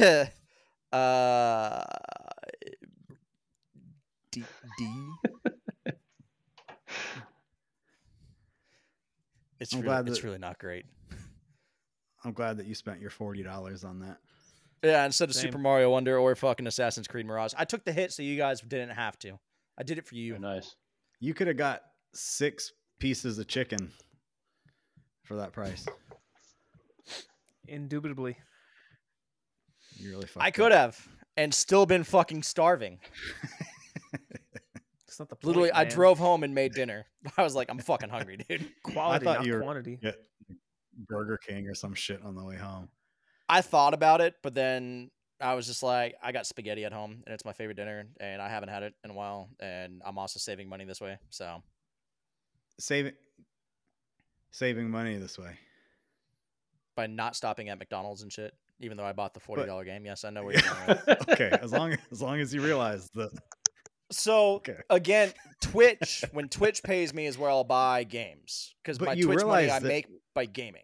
Speaker 3: uh, D. D. It's
Speaker 2: I'm
Speaker 3: really,
Speaker 2: glad
Speaker 3: it's
Speaker 2: that-
Speaker 3: really not great.
Speaker 2: I'm glad that you spent your $40 on that.
Speaker 3: Yeah, instead of Super
Speaker 1: Same.
Speaker 3: Mario Wonder or fucking Assassin's Creed Mirage, I took the hit so you guys didn't have to. I did it for you.
Speaker 4: Very nice.
Speaker 2: You could have got 6 pieces of chicken for that price.
Speaker 1: Indubitably.
Speaker 2: You really fucked
Speaker 3: I
Speaker 2: up.
Speaker 3: could have and still been fucking starving.
Speaker 1: It's not the point,
Speaker 3: Literally, I
Speaker 1: man.
Speaker 3: drove home and made dinner. I was like, I'm fucking hungry, dude.
Speaker 1: quality,
Speaker 2: I thought
Speaker 1: not
Speaker 2: you were-
Speaker 1: quantity.
Speaker 2: Burger King or some shit on the way home.
Speaker 3: I thought about it, but then I was just like, I got spaghetti at home and it's my favorite dinner, and I haven't had it in a while, and I'm also saving money this way. So
Speaker 2: Saving saving money this way.
Speaker 3: by not stopping at McDonald's and shit, even though I bought the forty dollar game, yes, I know where you're
Speaker 2: Yeah.
Speaker 3: going. with it.
Speaker 2: Okay, as long as long as you realize that
Speaker 3: So
Speaker 2: Okay.
Speaker 3: again, Twitch when Twitch pays me is where I'll buy games because
Speaker 2: But
Speaker 3: my
Speaker 2: you
Speaker 3: Twitch money
Speaker 2: realize
Speaker 3: I
Speaker 2: that-
Speaker 3: make by gaming.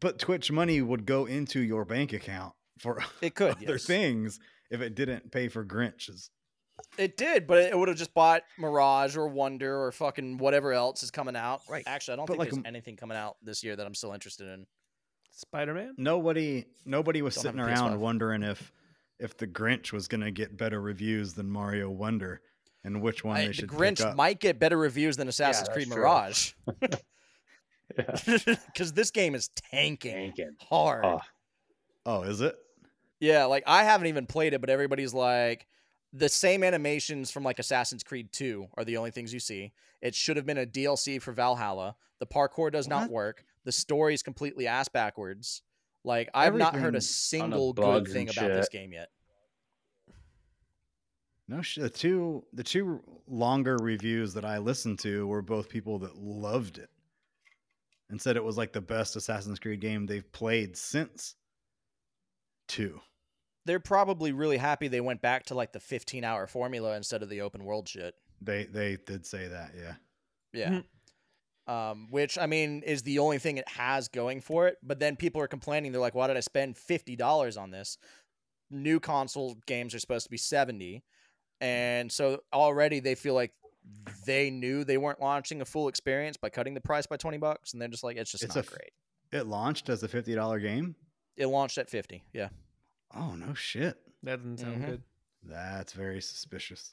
Speaker 2: But Twitch money would go into your bank account for
Speaker 3: It could,
Speaker 2: other
Speaker 3: yes.
Speaker 2: things if it didn't pay for Grinch's.
Speaker 3: It did, but it would have just bought Mirage or Wonder or fucking whatever else is coming out.
Speaker 2: Right.
Speaker 3: Actually, I don't
Speaker 2: But
Speaker 3: think
Speaker 2: like
Speaker 3: there's
Speaker 2: a-
Speaker 3: anything coming out this year that I'm still interested in.
Speaker 1: Spider Man?
Speaker 2: Nobody, nobody was
Speaker 3: Don't have
Speaker 2: sitting
Speaker 3: a
Speaker 2: around
Speaker 3: PS5.
Speaker 2: wondering if if the Grinch was going to get better reviews than Mario Wonder, and which one
Speaker 3: I-
Speaker 2: they
Speaker 3: the
Speaker 2: should pick
Speaker 3: Grinch
Speaker 2: up.
Speaker 3: might get better reviews than Assassin's
Speaker 4: that's
Speaker 3: Creed
Speaker 4: true.
Speaker 3: Mirage
Speaker 4: Yeah.
Speaker 3: because this game is tanking
Speaker 4: Yanking.
Speaker 3: hard.
Speaker 4: Oh,
Speaker 2: oh, is it?
Speaker 3: Yeah, like I haven't even played it, but everybody's like, the same animations from like Assassin's Creed 2 are the only things you see. It should have been a DLC for Valhalla. The parkour does not
Speaker 2: What?
Speaker 3: work. The story is completely ass backwards. Like I've not heard a
Speaker 2: Everything's
Speaker 3: single good
Speaker 4: bugs
Speaker 3: thing
Speaker 4: and
Speaker 3: about this
Speaker 4: shit.
Speaker 3: game yet.
Speaker 2: No, sh- the two the two longer reviews that I listened to were both people that loved it and said it was like the best Assassin's Creed game they've played since two.
Speaker 3: They're probably really happy they went back to like the 15 hour formula instead of the open world shit.
Speaker 2: They they did say that, yeah.
Speaker 3: Yeah.
Speaker 2: Mm-hmm.
Speaker 3: Um, which I mean is the only thing it has going for it. But then people are complaining. They're like, "Why did I spend fifty dollars on this?" New console games are supposed to be seventy, and so already they feel like they knew they weren't launching a full experience by cutting the price by twenty bucks, and they're just like, "It's just
Speaker 2: It's
Speaker 3: not
Speaker 2: a f-
Speaker 3: great."
Speaker 2: It launched as a fifty dollar game.
Speaker 3: It launched at fifty. Yeah.
Speaker 2: Oh no shit.
Speaker 1: That doesn't sound
Speaker 3: Mhm.
Speaker 1: good.
Speaker 2: That's very suspicious.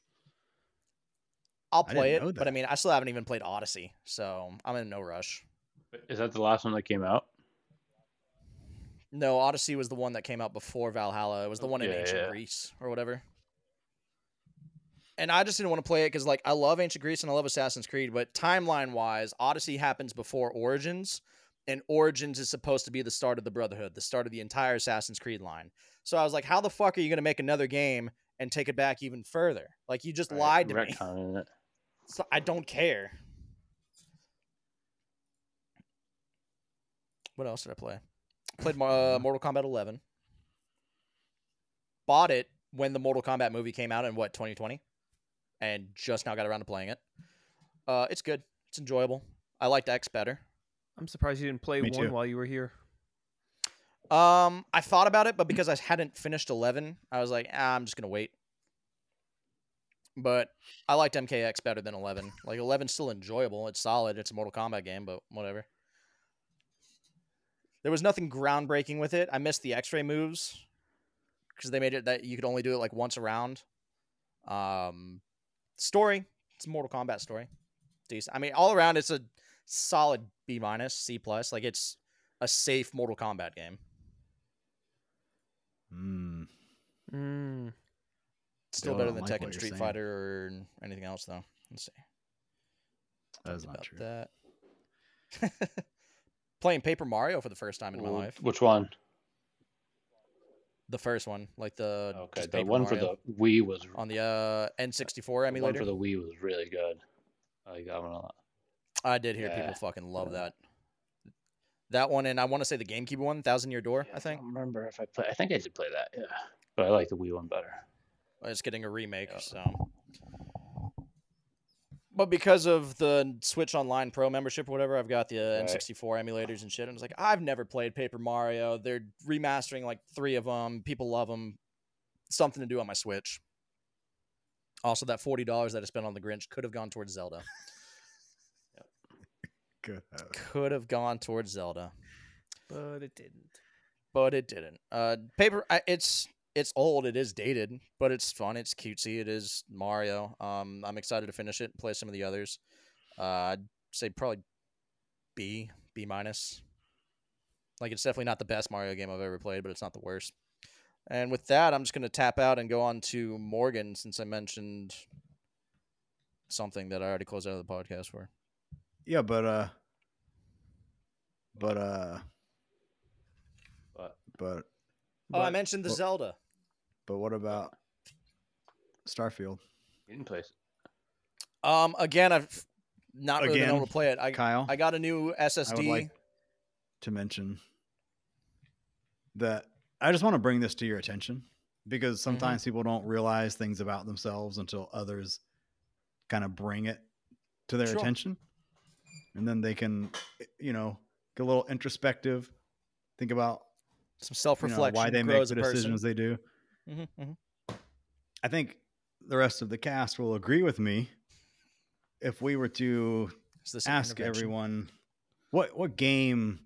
Speaker 3: I'll
Speaker 2: I didn't
Speaker 3: play it,
Speaker 2: know
Speaker 3: but I
Speaker 2: that.
Speaker 3: mean, I still haven't even played Odyssey, so I'm in no rush.
Speaker 4: is that the last one that came out?
Speaker 3: No, Odyssey was the one that came out before Valhalla. It was the one in
Speaker 4: Yeah,
Speaker 3: ancient
Speaker 4: yeah.
Speaker 3: Greece or whatever. And I just didn't want to play it because, like, I love ancient Greece and I love Assassin's Creed, but timeline wise, Odyssey happens before Origins, and Origins is supposed to be the start of the Brotherhood, the start of the entire Assassin's Creed line. So I was like, how the fuck are you going to make another game and take it back even further? Like, you just lied to me.
Speaker 4: Retconning it.
Speaker 3: So I don't care. What else did I play? Played Mo- uh, Mortal Kombat 11. Bought it when the Mortal Kombat movie came out in what 2020, and just now got around to playing it. Uh, it's good. It's enjoyable. I liked X better.
Speaker 1: I'm surprised you didn't play
Speaker 2: Me
Speaker 1: one
Speaker 2: too.
Speaker 1: while you were here.
Speaker 3: Um, I thought about it, but because I hadn't finished 11, I was like, ah, I'm just gonna wait. But I liked MKX better than 11. Like 11's still enjoyable. It's solid. It's a Mortal Kombat game, but whatever. There was nothing groundbreaking with it. I missed the X-ray moves because they made it that you could only do it like once a round. Um, story. It's a Mortal Kombat story. Decent. I mean, all around, it's a solid B minus, C plus. Like it's a safe Mortal Kombat game.
Speaker 2: Mm.
Speaker 1: Mm.
Speaker 3: Still
Speaker 2: Still
Speaker 3: better
Speaker 2: don't
Speaker 3: than
Speaker 2: like what
Speaker 3: Tekken
Speaker 2: you're
Speaker 3: Street
Speaker 2: saying.
Speaker 3: Fighter or anything else though. Let's see.
Speaker 2: That is not
Speaker 3: about
Speaker 2: true.
Speaker 3: that. Playing Paper Mario for the first time in my
Speaker 4: Ooh,
Speaker 3: life.
Speaker 4: Which one?
Speaker 3: The first one, like the
Speaker 4: Okay,
Speaker 3: just
Speaker 4: the
Speaker 3: Paper
Speaker 4: one
Speaker 3: Mario
Speaker 4: for the Wii was
Speaker 3: on the uh, N64
Speaker 4: the one
Speaker 3: emulator.
Speaker 4: for the Wii was really good. I like that one a lot.
Speaker 3: I did hear
Speaker 4: Yeah.
Speaker 3: people fucking love
Speaker 4: Yeah.
Speaker 3: that. That one and I want to say the GameCube one, Thousand Year Door. I think
Speaker 4: don't remember if I play. I think I did play that. Yeah, but I like the Wii one better.
Speaker 3: it's getting a remake.
Speaker 4: Yeah.
Speaker 3: So, but because of the Switch Online Pro membership or whatever, I've got the uh,
Speaker 4: Right.
Speaker 3: N64 emulators and shit. And it's like I've never played Paper Mario. They're remastering like three of them. People love them. Something to do on my Switch. Also, that forty dollars that I spent on the Grinch could have gone towards Zelda.
Speaker 2: Good. house.
Speaker 3: could have gone towards Zelda.
Speaker 1: But it didn't.
Speaker 3: but it didn't. Uh, paper. I, it's it's old. It is dated, but it's fun. It's cutesy. It is Mario. Um, I'm excited to finish it and play some of the others. Uh, I'd say probably B B minus. Like it's definitely not the best Mario game I've ever played, but it's not the worst. And with that, I'm just gonna tap out and go on to Morgan since I mentioned something that I already closed out of the podcast for.
Speaker 2: Yeah, but uh, but uh,
Speaker 4: But
Speaker 2: but
Speaker 3: oh, I
Speaker 1: But-
Speaker 3: mentioned the
Speaker 2: well-
Speaker 3: Zelda.
Speaker 2: but what about Starfield?
Speaker 4: you didn't play.
Speaker 3: Um, again, I've not really been
Speaker 2: Again,
Speaker 3: able to play it. I
Speaker 2: Kyle,
Speaker 3: I got a new SSD.
Speaker 2: I would like to mention that I just want to bring this to your attention because
Speaker 3: Mm-hmm.
Speaker 2: sometimes people don't realize things about themselves until others kind of bring it to their
Speaker 3: Sure.
Speaker 2: attention. And then they can, you know, get a little introspective, think about
Speaker 3: some self
Speaker 2: you know,
Speaker 3: reflection.
Speaker 2: why they make
Speaker 3: grows
Speaker 2: the
Speaker 3: a person.
Speaker 2: decisions they do.
Speaker 3: Mhm, mhm.
Speaker 2: I think the rest of the cast will agree with me if we were to
Speaker 3: Is this an
Speaker 2: ask
Speaker 3: intervention?
Speaker 2: everyone what what game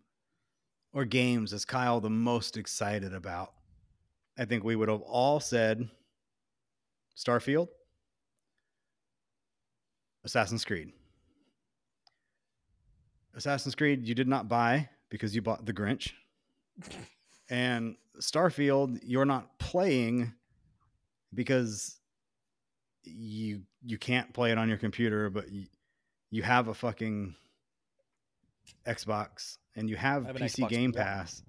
Speaker 2: or games is Kyle the most excited about? I think we would have all said Starfield, Assassin's Creed. Assassin's Creed you did not buy because you bought The Grinch. and Starfield you're not playing because you you can't play it on your computer but you, you have a fucking Xbox and you have,
Speaker 3: I have an
Speaker 2: PC
Speaker 3: Xbox
Speaker 2: Game
Speaker 3: One.
Speaker 2: Pass.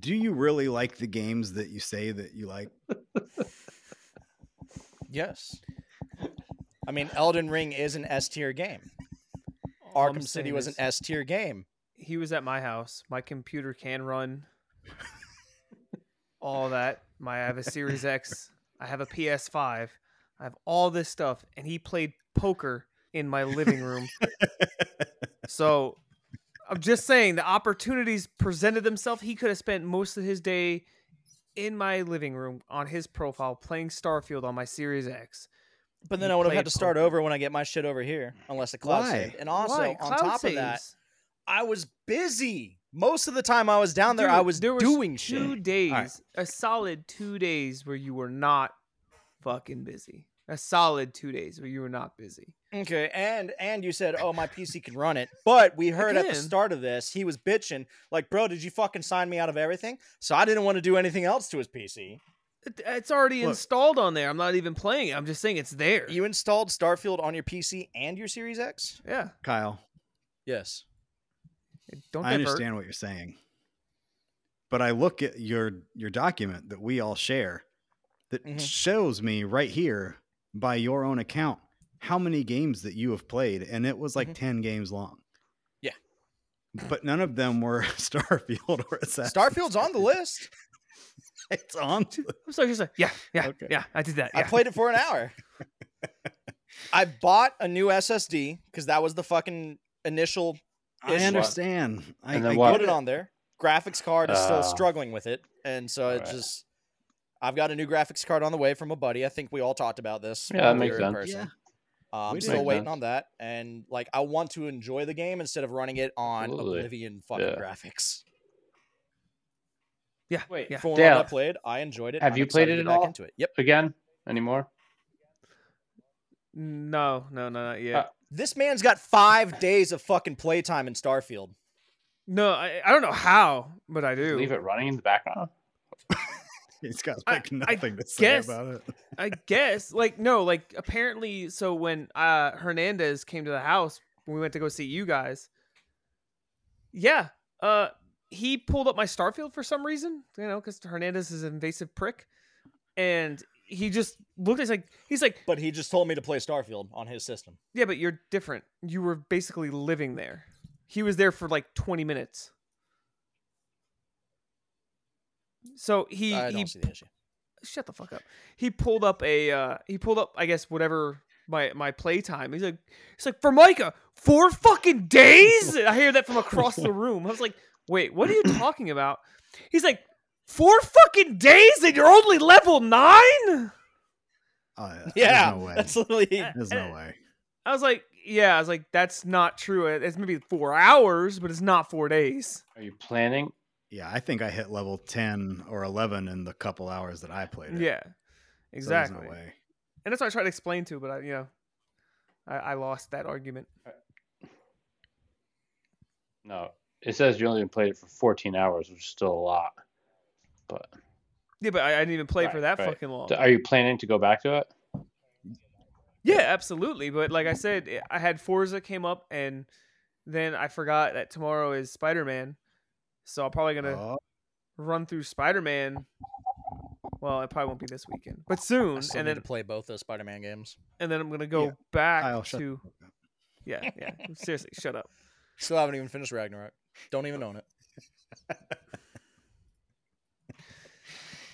Speaker 2: Do you really like the games that you say that you like?
Speaker 3: Yes. I mean, Elden Ring is an S tier game.
Speaker 1: All I'm
Speaker 3: Arkham City
Speaker 1: saying
Speaker 3: was an
Speaker 1: is
Speaker 3: S tier game.
Speaker 1: He was at my house. My computer can run. all that. My I have a Series X. I have a PS5. I have all this stuff, and he played poker in my living room. so, I'm just saying the opportunities presented themselves. He could have spent most of his day in my living room on his profile playing Starfield on my Series X.
Speaker 3: But
Speaker 1: You
Speaker 3: then I would have had
Speaker 1: played
Speaker 3: to start
Speaker 1: poker.
Speaker 3: over when I get my shit over here, unless the cloud
Speaker 2: Why?
Speaker 3: saved. And also,
Speaker 1: Why?
Speaker 3: on
Speaker 1: Cloud
Speaker 3: top of that,
Speaker 1: saves.
Speaker 3: I was busy. Most of the time I was down there,
Speaker 1: Dude,
Speaker 3: I was
Speaker 1: there was
Speaker 3: doing
Speaker 1: two
Speaker 3: shit.
Speaker 1: days,
Speaker 2: Alright.
Speaker 1: a solid two days where you were not fucking busy. a solid two days where you were not busy.
Speaker 3: Okay, and and you said, "Oh, my PC can run it," but we heard at the
Speaker 1: Again.
Speaker 3: start of this he was bitching, like, "Bro, did you fucking sign me out of everything?" So I didn't want to do anything else to his PC.
Speaker 1: It, it's already
Speaker 2: Look.
Speaker 1: installed on there. I'm not even playing it. I'm just saying it's there.
Speaker 3: You installed Starfield on your PC and your Series X?
Speaker 1: yeah.
Speaker 2: Kyle,
Speaker 3: Yes.
Speaker 1: Don't
Speaker 2: I
Speaker 1: divert.
Speaker 2: understand what you're saying. But I look at your your document that we all share that
Speaker 3: Mhm.
Speaker 2: shows me right here by your own account how many games that you have played and it was like
Speaker 3: Mhm.
Speaker 2: 10 games long.
Speaker 3: Yeah.
Speaker 2: But none of them were Starfield or Assassin's
Speaker 3: Starfield's on the
Speaker 2: Creed.
Speaker 3: list.
Speaker 2: It's on the list.
Speaker 1: I'm sorry. Just like yeah, yeah,
Speaker 2: Okay.
Speaker 1: yeah. I did that.
Speaker 3: I
Speaker 1: Yeah.
Speaker 3: played it for an hour. I bought a new SSD because that was the fucking initial. It's
Speaker 2: I
Speaker 3: what?
Speaker 2: understand. I,
Speaker 4: And then
Speaker 2: I
Speaker 4: what?
Speaker 2: get
Speaker 3: Put it on there. Graphics card is still
Speaker 4: Uh,
Speaker 3: struggling with it, and so it
Speaker 4: alright.
Speaker 3: just. I've got a new graphics card on the way from a buddy. I think we all talked about this.
Speaker 4: Yeah,
Speaker 3: while
Speaker 4: that
Speaker 3: we
Speaker 4: makes
Speaker 3: were in
Speaker 4: sense.
Speaker 3: person.
Speaker 2: Yeah.
Speaker 3: Uh, I'm
Speaker 2: We
Speaker 3: still
Speaker 4: did.
Speaker 3: waiting on that, and like I want to enjoy the game instead of running it on
Speaker 4: Absolutely.
Speaker 3: Oblivion fucking
Speaker 4: Yeah.
Speaker 3: graphics.
Speaker 1: yeah.
Speaker 4: Wait,
Speaker 1: yeah.
Speaker 3: From what I
Speaker 4: Dale,
Speaker 3: played, I enjoyed it.
Speaker 4: have
Speaker 3: I'm
Speaker 4: you played
Speaker 3: excited
Speaker 4: it
Speaker 3: to get
Speaker 4: at
Speaker 3: back
Speaker 4: all?
Speaker 3: Into it. Yep.
Speaker 4: again anymore?
Speaker 1: No, no, no, not yet.
Speaker 4: Uh,
Speaker 3: This man's got five days of fucking playtime in Starfield.
Speaker 1: no, I, I don't know how, but I do.
Speaker 4: Leave it running in the background.
Speaker 2: He's got
Speaker 1: I-
Speaker 2: like
Speaker 1: I
Speaker 2: nothing to say
Speaker 1: guess-
Speaker 2: about it.
Speaker 1: I guess. Like no, like apparently so when uh Hernandez came to the house when we went to go see you guys. Yeah. Uh he pulled up my Starfield for some reason, you know, cuz Hernandez is an invasive prick and he just looked at us like he's like,
Speaker 3: But he just told me to play Starfield on his system.
Speaker 1: "Yeah, but you're different. You were basically living there." He was there for like 20 minutes. So he
Speaker 3: I
Speaker 1: he
Speaker 3: don't see the issue.
Speaker 1: shut the fuck up. He pulled up a uh he pulled up I guess whatever my my playtime. He's like he's like for Micah four fucking days. And I hear that from across the room. I was like, wait, what are you talking about? He's like four fucking days and you're only level nine.
Speaker 2: Oh, yeah. there's
Speaker 3: Yeah,
Speaker 2: no way.
Speaker 3: that's literally.
Speaker 1: Uh,
Speaker 2: There's no way.
Speaker 1: I was like, yeah. I was like, that's not true. It- It's maybe four hours, but it's not four days.
Speaker 4: Are you planning?
Speaker 2: Yeah, I think I hit level 10 or 11 in the couple hours that I played it.
Speaker 1: Yeah,
Speaker 2: So there's
Speaker 1: exactly.
Speaker 2: no way.
Speaker 1: and that's what I tried to explain to, but I, you know, I, I lost that argument.
Speaker 4: No, it says you only played it for 14 hours, which is still a lot. But
Speaker 1: Yeah, but I, I didn't even play for
Speaker 4: Right,
Speaker 1: that
Speaker 4: right.
Speaker 1: fucking long.
Speaker 4: are you planning to go back to it?
Speaker 1: Yeah, absolutely. But like I said, eh, I- I had Forza came up, and then I forgot that tomorrow is Spider Man, so I'm probably gonna
Speaker 2: Oh,
Speaker 1: run through Spider Man. Well, it probably won't be this weekend, but soon,
Speaker 3: I still
Speaker 1: and
Speaker 3: need
Speaker 1: then
Speaker 3: to play both those Spider-Man games.
Speaker 1: and then I'm gonna go
Speaker 2: Yeah.
Speaker 1: back
Speaker 2: Kyle, shut
Speaker 1: to. Yeah, yeah. Seriously, shut up.
Speaker 3: Still haven't even finished Ragnarok. Don't even own it.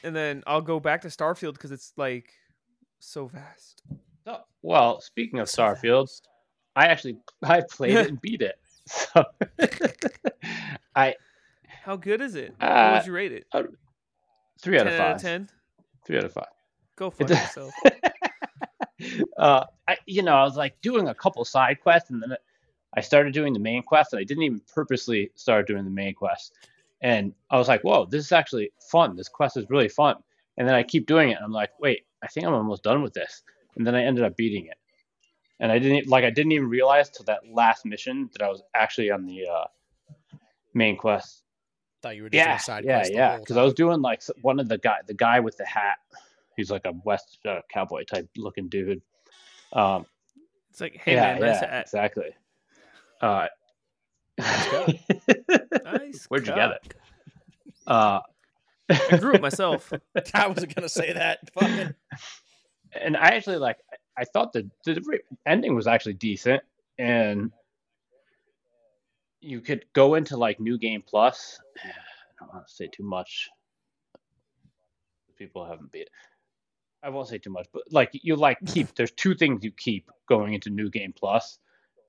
Speaker 1: And then I'll go back to Starfield because it's like so vast.
Speaker 4: So, well, speaking of Starfield, I actually I played it and beat it. So I
Speaker 1: How good is it? How
Speaker 4: Uh,
Speaker 1: would you rate it?
Speaker 4: three out of
Speaker 1: ten out of
Speaker 4: five.
Speaker 1: ten.
Speaker 4: Three out of five.
Speaker 1: Go fuck
Speaker 4: d-
Speaker 1: yourself.
Speaker 4: uh, I, you know, I was like doing a couple side quests, and then I started doing the main quest, and I didn't even purposely start doing the main quest. And I was like, "Whoa, this is actually fun. This quest is really fun." And then I keep doing it, and I'm like, "Wait, I think I'm almost done with this." And then I ended up beating it, and I didn't e, like I didn't even realize till that last mission that I was actually on the uh, main quest.
Speaker 3: Thought you were just doing
Speaker 4: Yeah,
Speaker 3: side
Speaker 4: yeah,
Speaker 3: quest the
Speaker 4: yeah.
Speaker 3: whole
Speaker 4: Because I
Speaker 3: time.
Speaker 4: was doing like s- one of the guy, the guy with the hat. He's like a West uh, cowboy type looking dude. Um,
Speaker 1: It's like, hey
Speaker 4: yeah,
Speaker 1: man, nice
Speaker 4: yeah,
Speaker 1: hat.
Speaker 4: exactly. Uh,
Speaker 1: Nice.
Speaker 4: Where'd you
Speaker 1: cup.
Speaker 4: get it? Uh,
Speaker 1: I grew it myself.
Speaker 3: I wasn't gonna say that. Fucking.
Speaker 4: and I actually like. I thought the the re- ending was actually decent, and you could go into like new game plus. I don't want to say too much. People haven't beat. It. I won't say too much, but like you like keep. There's two things you keep going into new game plus,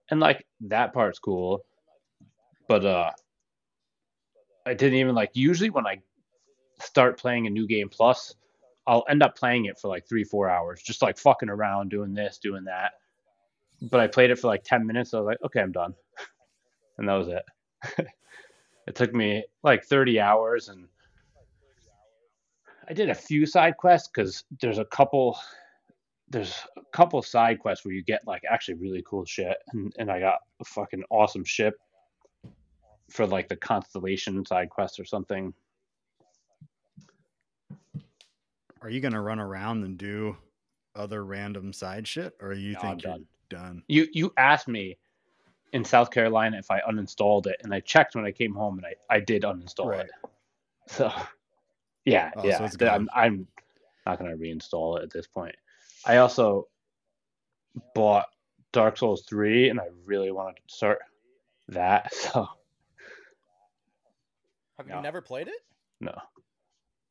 Speaker 4: and like that part's cool, but uh, I didn't even like. Usually when I start playing a new game plus, I'll end up playing it for like three, four hours, just like fucking around, doing this, doing that. But I played it for like 10 minutes. I was like, okay, I'm done. And that was it. it took me like 30 hours. And I did a few side quests because there's a couple there's a couple side quests where you get like actually really cool shit, and, and I got a fucking awesome ship for like the constellation side quest or something.
Speaker 2: Are you gonna run around and do other random side shit, or you
Speaker 4: No, I'm
Speaker 2: think you're done?
Speaker 4: You you asked me in South Carolina if I uninstalled it, and I checked when I came home, and I I did uninstall
Speaker 2: Right.
Speaker 4: it. So yeah,
Speaker 2: Oh, so
Speaker 4: yeah,
Speaker 2: it's
Speaker 4: th- I'm
Speaker 2: gone.
Speaker 4: I'm not gonna reinstall it at this point. I also bought Dark Souls three, and I really want to start that. So
Speaker 3: Have
Speaker 4: No.
Speaker 3: you never played it,
Speaker 4: no,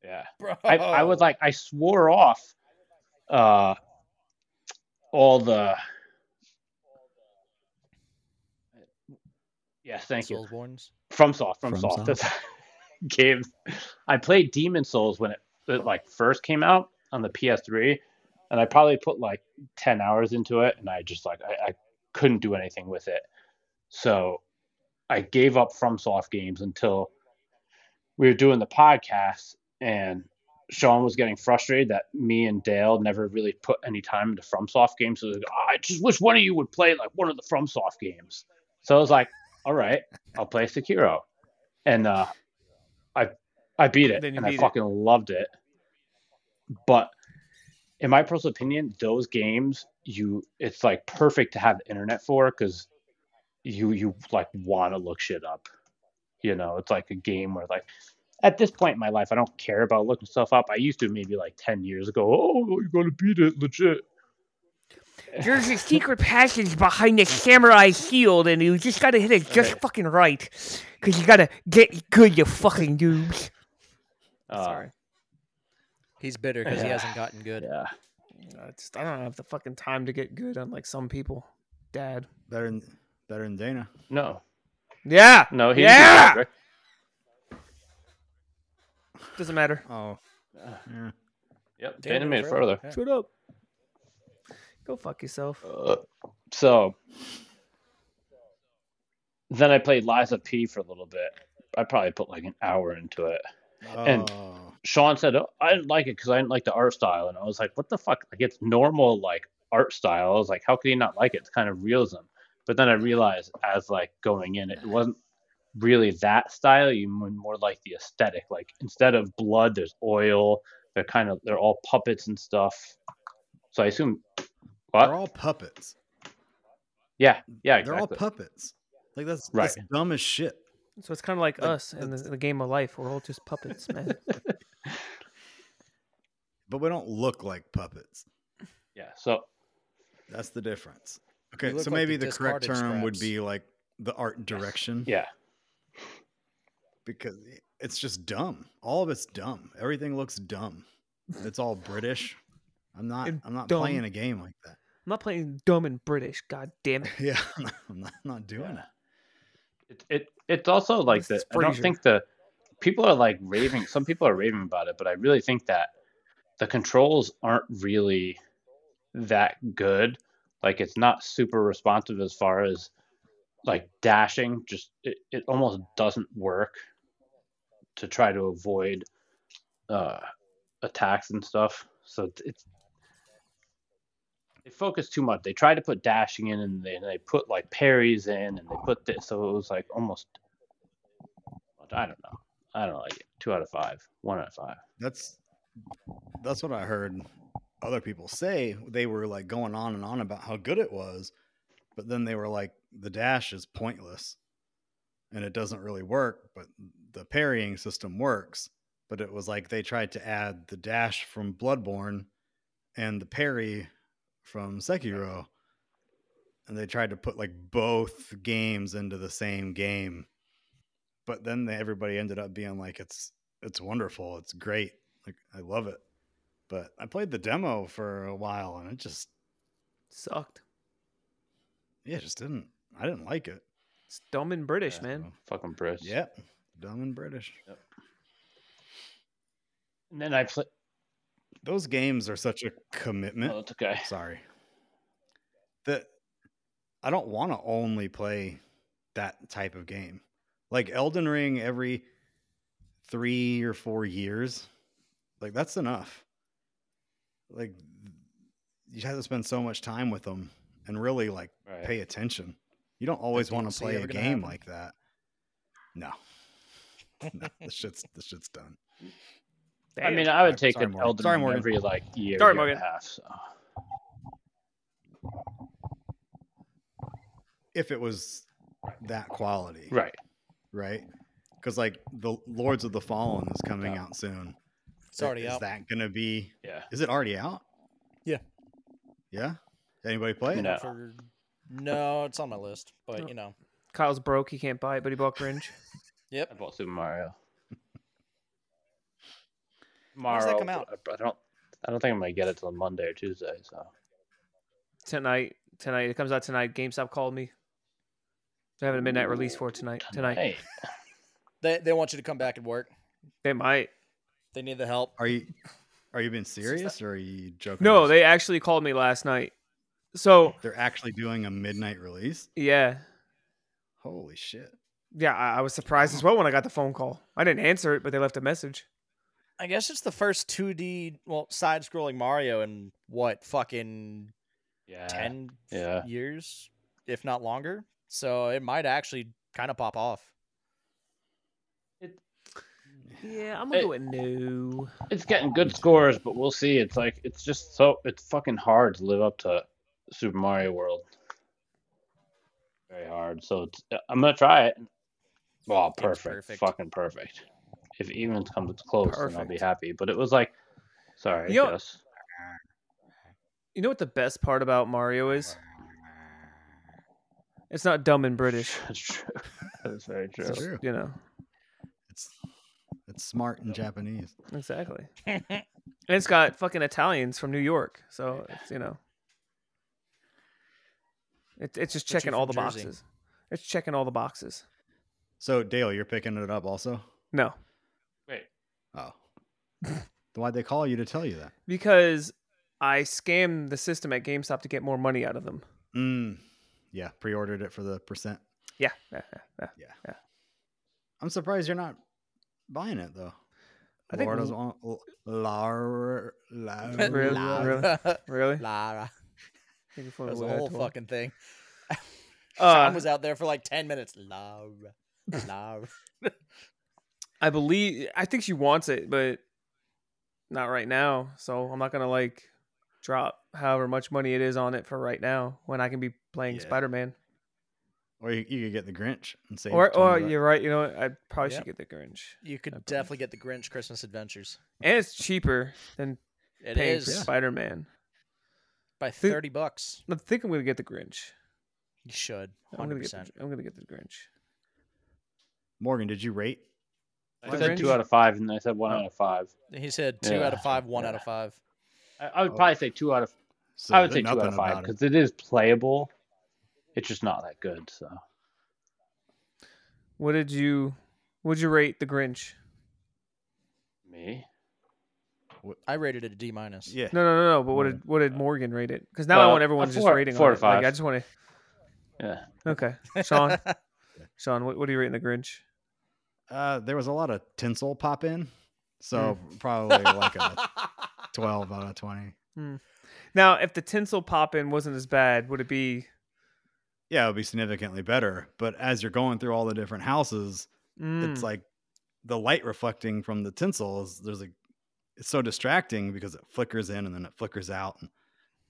Speaker 4: yeah.
Speaker 3: bro?
Speaker 4: I, I was like I swore off uh all the Yes, thank you.
Speaker 3: Soulsborns.
Speaker 4: From soft, from,
Speaker 2: From
Speaker 4: soft. That's games. I played Demon Souls when it, it like first came out on the PS3 and I probably put like 10 hours into it and I just like I, I couldn't do anything with it. So I gave up from soft games until we were doing the podcast and Sean was getting frustrated that me and Dale never really put any time into FromSoft games. So he was like, "Ah, I just wish one of you would play like one of the FromSoft games. So I was like, all right, I'll play Sekiro. And uh, I I beat it
Speaker 1: Then you
Speaker 4: and
Speaker 1: beat
Speaker 4: I
Speaker 1: it.
Speaker 4: fucking loved it. But in my personal opinion, those games you it's like perfect to have the internet for because you you like want to look shit up. You know, it's like a game where like at this point in my life, I don't care about looking stuff up. I used to maybe like ten years ago. Oh, you gotta beat it, legit.
Speaker 1: There's a secret passage behind the samurai shield, and you just gotta hit it just
Speaker 4: Okay.
Speaker 1: fucking right. Because you gotta get good, you fucking noobs.
Speaker 4: Uh,
Speaker 1: Sorry.
Speaker 3: He's bitter because he
Speaker 4: Yeah.
Speaker 3: hasn't gotten good.
Speaker 4: Yeah.
Speaker 1: I, just, I don't have the fucking time to get good, unlike some people. Dad.
Speaker 2: Better than better than Dana.
Speaker 4: No.
Speaker 1: Yeah!
Speaker 4: No. He
Speaker 1: Yeah!
Speaker 4: Didn't do that,
Speaker 1: Doesn't matter.
Speaker 2: Oh,
Speaker 4: Rick.
Speaker 2: yeah.
Speaker 4: Yep.
Speaker 3: Dana
Speaker 4: Dana made it
Speaker 3: further.
Speaker 4: further.
Speaker 3: Yeah.
Speaker 1: Shut up. Go fuck yourself.
Speaker 4: Uh, so then I played Liza P for a little bit. I probably put like an hour into it. And-
Speaker 2: Oh.
Speaker 4: Sean said oh, I didn't like it because I didn't like the art style, and I was like, "What the fuck? Like it's normal like art style." I was like, "How could he not like it? It's kind of realism." But then I realized as like going in, it wasn't really that style. You m- more like the aesthetic. Like instead of blood, there's oil. They're kind of they're all puppets and stuff. So I assume
Speaker 2: they're
Speaker 4: what?
Speaker 2: all puppets.
Speaker 4: Yeah, yeah,
Speaker 2: They're all
Speaker 4: exactly.
Speaker 2: puppets. Like that's
Speaker 4: Right.
Speaker 2: that's dumb as shit.
Speaker 1: So it's kind of like
Speaker 2: Like,
Speaker 1: us in the, the game of life. We're all just puppets, man.
Speaker 2: But we don't look like puppets.
Speaker 4: yeah. So
Speaker 2: That's the difference. Okay,
Speaker 3: look
Speaker 2: so
Speaker 3: like
Speaker 2: maybe
Speaker 3: the
Speaker 2: the correct term
Speaker 3: discarded
Speaker 2: would
Speaker 3: scraps.
Speaker 2: be like the art direction.
Speaker 4: yeah,
Speaker 2: because it's just dumb. All of it's dumb. Everything looks dumb. It's all British. I'm not.
Speaker 1: And
Speaker 2: I'm not
Speaker 1: dumb.
Speaker 2: playing a game like that.
Speaker 1: I'm not playing dumb and British. God damn it.
Speaker 2: Yeah, I'm not, I'm not- I'm not doing
Speaker 4: Yeah. it, it it's also like
Speaker 1: This
Speaker 4: the
Speaker 1: is
Speaker 4: I don't
Speaker 1: Frasier.
Speaker 4: think the people are like raving. Some people are raving about it, but I really think that the controls aren't really that good. Like it's not super responsive as far as like dashing. Just it, it almost doesn't work to try to avoid uh, attacks and stuff. So it's- it's they focused too much. They tried to put dashing in, and they, and they put like parries in, and they put this. So it was like almost. I don't know. I don't like it. Two out of five. One out of five.
Speaker 2: it. That's that's what I heard other people say. They were like going on and on about how good it was, but then they were like, the dash is pointless, and it doesn't really work. But the parrying system works. But it was like they tried to add the dash from Bloodborne and the parry from Sekiro. And they tried to put like both games into the same game. But then they, everybody ended up being like, it's it's wonderful, it's great, like I love it. But I played the demo for a while and it just
Speaker 1: Sucked.
Speaker 2: yeah, it just didn't I didn't like it.
Speaker 1: It's dumb and British,
Speaker 2: Yeah,
Speaker 1: man.
Speaker 2: so,
Speaker 4: Fucking Brits.
Speaker 2: Yep. Dumb and British.
Speaker 4: And then I play.
Speaker 2: Those games are such a commitment.
Speaker 4: Oh, it's okay.
Speaker 2: Sorry. That I don't want to only play that type of game. Like Elden Ring every 3 or 4 years. Like that's enough. Like you have to spend so much time with them and really like
Speaker 4: Right.
Speaker 2: pay attention. You don't always want
Speaker 3: don't
Speaker 2: to
Speaker 3: see
Speaker 2: play
Speaker 3: ever
Speaker 2: a
Speaker 3: gonna
Speaker 2: game
Speaker 3: happen.
Speaker 2: like that. No. no this shit's this shit's done.
Speaker 4: I
Speaker 1: Damn.
Speaker 4: mean, I would
Speaker 2: Uh,
Speaker 4: take
Speaker 2: sorry,
Speaker 4: an
Speaker 2: Morgan.
Speaker 4: Elden
Speaker 2: Sorry,
Speaker 4: Ring
Speaker 2: Morgan.
Speaker 4: every like year,
Speaker 1: Sorry,
Speaker 4: year
Speaker 1: Morgan.
Speaker 4: and a half. So.
Speaker 2: If it was that quality,
Speaker 4: Right.
Speaker 2: Right? Because like the Lords of the Fallen is coming out soon.
Speaker 3: It's already
Speaker 2: is
Speaker 3: out.
Speaker 2: that gonna be?
Speaker 4: Yeah.
Speaker 2: Is it already out?
Speaker 3: Yeah.
Speaker 2: Yeah. Anybody play it?
Speaker 4: No.
Speaker 3: For- no, it's on my list, but you know,
Speaker 1: Kyle's broke. He can't buy it, but he bought Grinch.
Speaker 4: I bought Super Mario.
Speaker 3: does
Speaker 4: Tomorrow,
Speaker 3: that come out?
Speaker 4: but I don't. I don't think I'm gonna get it till Monday or Tuesday. So
Speaker 1: tonight. Tonight it comes out tonight. GameStop called me. They're having a midnight release for it tonight. Tonight
Speaker 4: Hey,
Speaker 3: they they want you to come back and work.
Speaker 1: they might.
Speaker 3: They need the help.
Speaker 2: Are you are you being serious or are you joking?
Speaker 1: No, they actually called me last night. So
Speaker 2: they're actually doing a midnight release.
Speaker 1: yeah,
Speaker 2: Holy shit!
Speaker 1: yeah, I, I was surprised as well when I got the phone call. I didn't answer it, but they left a message.
Speaker 3: I guess it's the first 2D, well, side-scrolling Mario in what fucking
Speaker 4: yeah,
Speaker 3: 10
Speaker 4: yeah.
Speaker 3: years, if not longer. So it might actually kind of pop off.
Speaker 1: Yeah, I'm gonna
Speaker 4: gonna go
Speaker 1: go with no.
Speaker 4: It's getting good scores, but we'll see. It's like it's just so it's fucking hard to live up to Super Mario World. Very hard. So it's, I'm gonna try it. Oh,
Speaker 3: It's
Speaker 4: perfect.
Speaker 3: perfect.
Speaker 4: Fucking perfect. If it even comes close, then I'll be
Speaker 1: Perfect.
Speaker 4: happy. But it was like, sorry,
Speaker 1: You
Speaker 4: you
Speaker 1: know- You know what the best part about Mario is? It's not dumb and British.
Speaker 4: That's true. That's very true.
Speaker 2: It's true.
Speaker 1: You know
Speaker 2: It's it's smart in Japanese.
Speaker 1: exactly. And it's got fucking Italians from New York, so it's you know, it, it's just
Speaker 3: But you're
Speaker 1: checking all the
Speaker 3: from Jersey.
Speaker 1: boxes. It's checking all the boxes.
Speaker 2: So Dale, you're picking it up also.
Speaker 1: No,
Speaker 4: Wait,
Speaker 2: Oh, Then why'd they call you to tell you that?
Speaker 1: because I scammed the system at GameStop to get more money out of them.
Speaker 2: Mm. Yeah, pre-ordered it for the percent.
Speaker 1: Yeah, yeah, yeah, yeah.
Speaker 2: I'm surprised you're not buying it though.
Speaker 1: I think-
Speaker 2: Laura doesn't want. L- Laura, Laura,
Speaker 1: Really? Really? really.
Speaker 3: Lara.
Speaker 1: Think you're
Speaker 3: That
Speaker 1: full of
Speaker 3: was the
Speaker 1: weird
Speaker 3: whole
Speaker 1: tool.
Speaker 3: fucking thing.
Speaker 1: Uh,
Speaker 3: Sean was out there for like 10 minutes. Lara. Lara.
Speaker 1: I believe I think she wants it, but not right now. So I'm not gonna like drop however much money it is on it for right now when I can be playing
Speaker 2: Yeah.
Speaker 1: Spider Man.
Speaker 2: Or you, you could get the Grinch and say.
Speaker 1: Or or you're right, you know what? I probably should get the Grinch.
Speaker 3: You
Speaker 1: I
Speaker 3: could
Speaker 1: believe.
Speaker 3: definitely get the Grinch Christmas Adventures.
Speaker 1: And it's cheaper than
Speaker 3: It
Speaker 1: paying
Speaker 3: is
Speaker 1: for Spider Man.
Speaker 3: by
Speaker 1: Thi-
Speaker 3: 30 bucks.
Speaker 1: I think I'm gonna get the Grinch.
Speaker 3: You should.
Speaker 1: I'm gonna get
Speaker 3: 100%.
Speaker 1: the, I'm gonna get the Grinch.
Speaker 2: Morgan, did you rate?
Speaker 4: I
Speaker 1: Why
Speaker 4: said
Speaker 1: Grinch?
Speaker 4: two out of five, and I said one
Speaker 2: Oh.
Speaker 4: out of five.
Speaker 3: He said two out of
Speaker 4: Yeah.
Speaker 3: five, one out
Speaker 4: Yeah.
Speaker 3: of five.
Speaker 4: I, I would
Speaker 2: Oh.
Speaker 4: probably say two out of.
Speaker 2: So
Speaker 4: I would
Speaker 2: there's
Speaker 4: say two out of five
Speaker 2: about it.
Speaker 4: because it is playable. It's just not that good. So
Speaker 1: What did you would you rate the Grinch?
Speaker 4: me,
Speaker 3: I rated it a D minus.
Speaker 2: Yeah.
Speaker 1: No, no, no, no. But what
Speaker 2: Yeah.
Speaker 1: did what did Morgan rate it? Because now I
Speaker 4: Uh,
Speaker 1: want
Speaker 4: a
Speaker 1: everyone's just
Speaker 4: four-
Speaker 1: rating
Speaker 4: four
Speaker 1: on
Speaker 4: to
Speaker 1: it. Like, I
Speaker 4: five.
Speaker 1: just want
Speaker 4: yeah,
Speaker 1: to. Okay, Sean, Sean, what, what are you rating the Grinch?
Speaker 2: Uh, there was a lot of tinsel pop in, so
Speaker 4: Hmm.
Speaker 2: probably like a 12 out of 20.
Speaker 1: Now, if the tinsel pop in wasn't as bad, would it be?
Speaker 2: Yeah, it would be significantly better. But as you're going through all the different houses,
Speaker 1: Mm,
Speaker 4: Hmm.
Speaker 2: it's like the light reflecting from the tinsel is there's a it's so distracting because it flickers in and then it flickers out. And,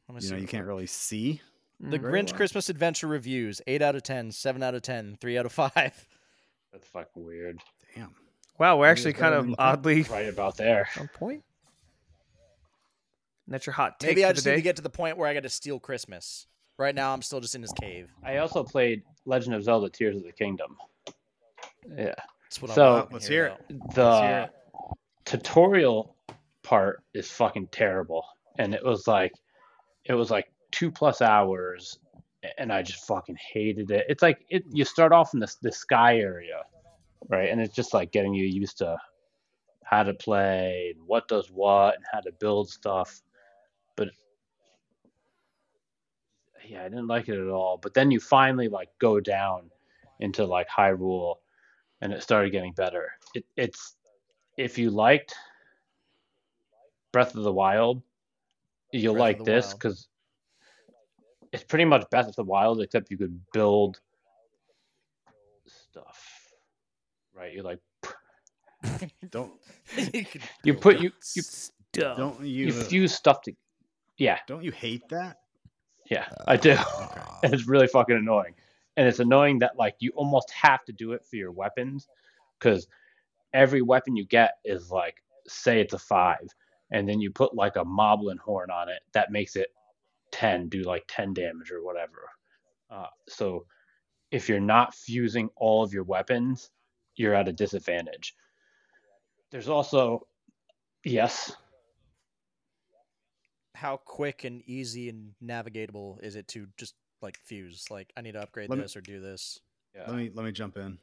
Speaker 3: Let me
Speaker 2: you know,
Speaker 3: see.
Speaker 2: you can't really see.
Speaker 1: mm.
Speaker 3: The
Speaker 2: very
Speaker 3: Grinch
Speaker 2: well.
Speaker 3: Christmas Adventure reviews: eight out of 10, 7 out of 10, 3 out of five.
Speaker 4: that's fucking weird.
Speaker 2: Damn.
Speaker 1: wow, we're
Speaker 2: Maybe
Speaker 1: actually
Speaker 2: it's
Speaker 1: kind
Speaker 2: better
Speaker 1: of
Speaker 2: than you think.
Speaker 1: oddly
Speaker 4: Right about there.
Speaker 1: on point. And that's your hot take
Speaker 3: Maybe I
Speaker 1: for
Speaker 3: just
Speaker 1: the
Speaker 3: need
Speaker 1: day.
Speaker 3: to get to the point where I got to steal Christmas. Right now, I'm still just in his cave.
Speaker 4: I also played Legend of Zelda: Tears of the Kingdom. Yeah,
Speaker 3: That's what
Speaker 4: So-
Speaker 3: I'm wanting
Speaker 2: Let's
Speaker 3: here,
Speaker 2: hear it.
Speaker 3: though.
Speaker 4: the tutorial part is fucking terrible, and it was like, it was like two plus hours, and I just fucking hated it. It's like it, you start off in this the sky area, right, and it's just like getting you used to how to play and what does what and how to build stuff, but. Yeah, I didn't like it at all. But then you finally like go down into like Hyrule and it started getting better. It, it's if you liked Breath of the Wild, you'll
Speaker 3: Breath of
Speaker 4: like
Speaker 3: the
Speaker 4: this
Speaker 3: Wild.
Speaker 4: because it's pretty much Breath of the Wild, except you could build stuff, right? You like
Speaker 2: Don't
Speaker 3: you could
Speaker 4: you
Speaker 2: Build
Speaker 4: put you you Oh.
Speaker 1: Stuff.
Speaker 2: don't you uh,
Speaker 4: you fuse stuff to, yeah,
Speaker 2: don't you hate that?
Speaker 4: yeah, I do.
Speaker 2: Oh, Okay.
Speaker 4: and it's really fucking annoying. And it's annoying that like you almost have to do it for your weapons, because every weapon you get is like, say it's a five, and then you put like a moblin horn on it that makes it ten, do like ten damage or whatever. Uh, so if you're not fusing all of your weapons, you're at a disadvantage. There's also yes,
Speaker 3: how quick and easy and navigatable is it to just like fuse? Like, I need to upgrade
Speaker 2: Let me-
Speaker 3: this or do this.
Speaker 4: yeah.
Speaker 2: Let me let me jump in.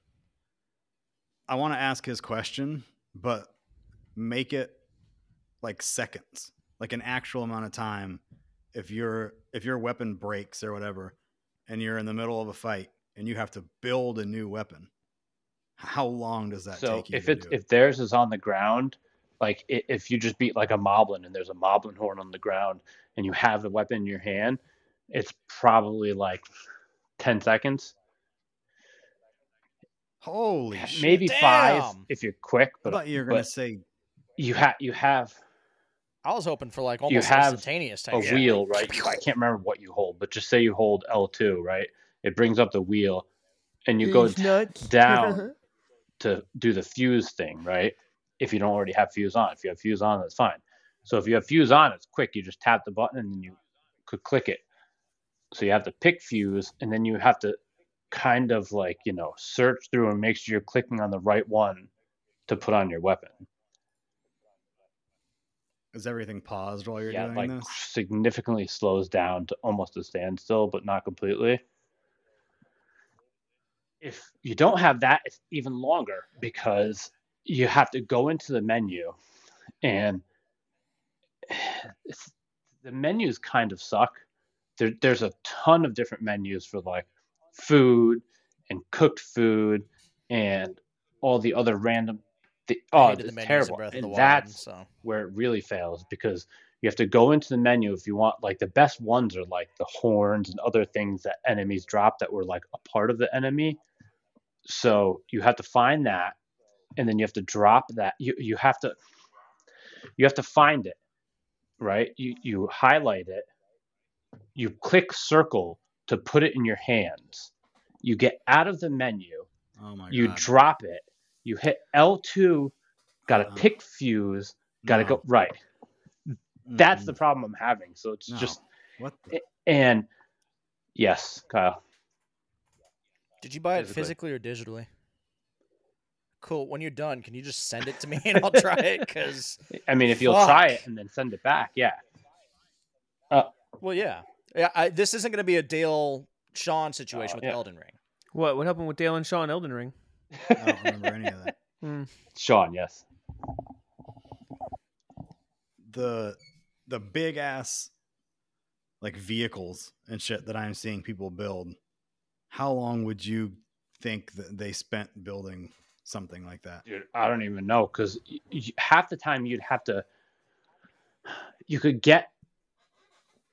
Speaker 2: I want to ask his question, but make it like seconds, like an actual amount of time. If your if your weapon breaks or whatever, and you're in the middle of a fight and you have to build a new weapon, how long does that
Speaker 4: so
Speaker 2: take you
Speaker 4: if
Speaker 2: to
Speaker 4: it's
Speaker 2: do?
Speaker 4: if theirs is on the ground like i- if you just beat like a moblin and there's a moblin horn on the ground and you have the weapon in your hand it's probably like 10 seconds
Speaker 2: Holy shit!
Speaker 4: maybe five
Speaker 3: Damn.
Speaker 4: if you're quick
Speaker 2: I
Speaker 4: but
Speaker 2: thought you were gonna
Speaker 4: but-
Speaker 2: say
Speaker 4: you have you have
Speaker 3: I was hoping for like
Speaker 4: You
Speaker 3: almost
Speaker 4: have
Speaker 3: instantaneous type.
Speaker 4: a
Speaker 3: shit,
Speaker 4: wheel
Speaker 3: like,
Speaker 4: right i can't remember what you hold but just say you hold l2 right it brings up the wheel and you go down. to do the fuse thing, right? If you don't already have fuse on, if you have fuse on, that's fine. So if you have fuse on, it's quick. You just tap the button and then you could click it. So you have to pick fuse, and then you have to kind of like you know search through and make sure you're clicking on the right one to put on your weapon.
Speaker 2: is everything paused while you're
Speaker 4: yeah,
Speaker 2: doing
Speaker 4: like
Speaker 2: this?
Speaker 4: significantly slows down to almost a standstill, but not completely. If you don't have that, it's even longer because you have to go into the menu and it's, the menus kind of suck. There, there's a ton of different menus for like food and cooked food and all the other random. Th-
Speaker 3: I
Speaker 4: oh,
Speaker 3: hated the
Speaker 4: it's
Speaker 3: menus in
Speaker 4: terrible.
Speaker 3: Breath of the
Speaker 4: and
Speaker 3: Wild,
Speaker 4: that's
Speaker 3: so
Speaker 4: where it really fails because you have to go into the menu if you want like the best ones are like the horns and other things that enemies drop that were like a part of the enemy so you have to find that and then you have to drop that you you have to you have to find it right you you highlight it you click circle to put it in your hands you get out of the menu
Speaker 2: oh my
Speaker 4: you
Speaker 2: god!
Speaker 4: drop it you hit l2 got to
Speaker 2: Uh-uh.
Speaker 4: pick fuse got to
Speaker 2: No.
Speaker 4: go right that's the
Speaker 2: Mm-mm.
Speaker 4: problem I'm having. So it's
Speaker 2: No.
Speaker 4: just
Speaker 2: what the
Speaker 4: and yes, Kyle.
Speaker 3: did you buy it physically
Speaker 4: Physically.
Speaker 3: or digitally? Cool. When you're done, can you just send it to me and I'll try it? Because
Speaker 4: I mean, if you'll try
Speaker 3: Fuck.
Speaker 4: it and then send it back, yeah.
Speaker 3: well, yeah, yeah. I, this isn't going to be a Dale Sean situation
Speaker 4: Oh,
Speaker 3: with
Speaker 4: yeah.
Speaker 3: Elden Ring.
Speaker 1: What? What happened with Dale and Sean Elden Ring?
Speaker 2: I don't remember any of that.
Speaker 4: Sean, yes.
Speaker 2: The the big ass like vehicles and shit that I'm seeing people build. How long would you think that they spent building something like that?
Speaker 4: Dude, I don't even know because half the time you'd have to, you could get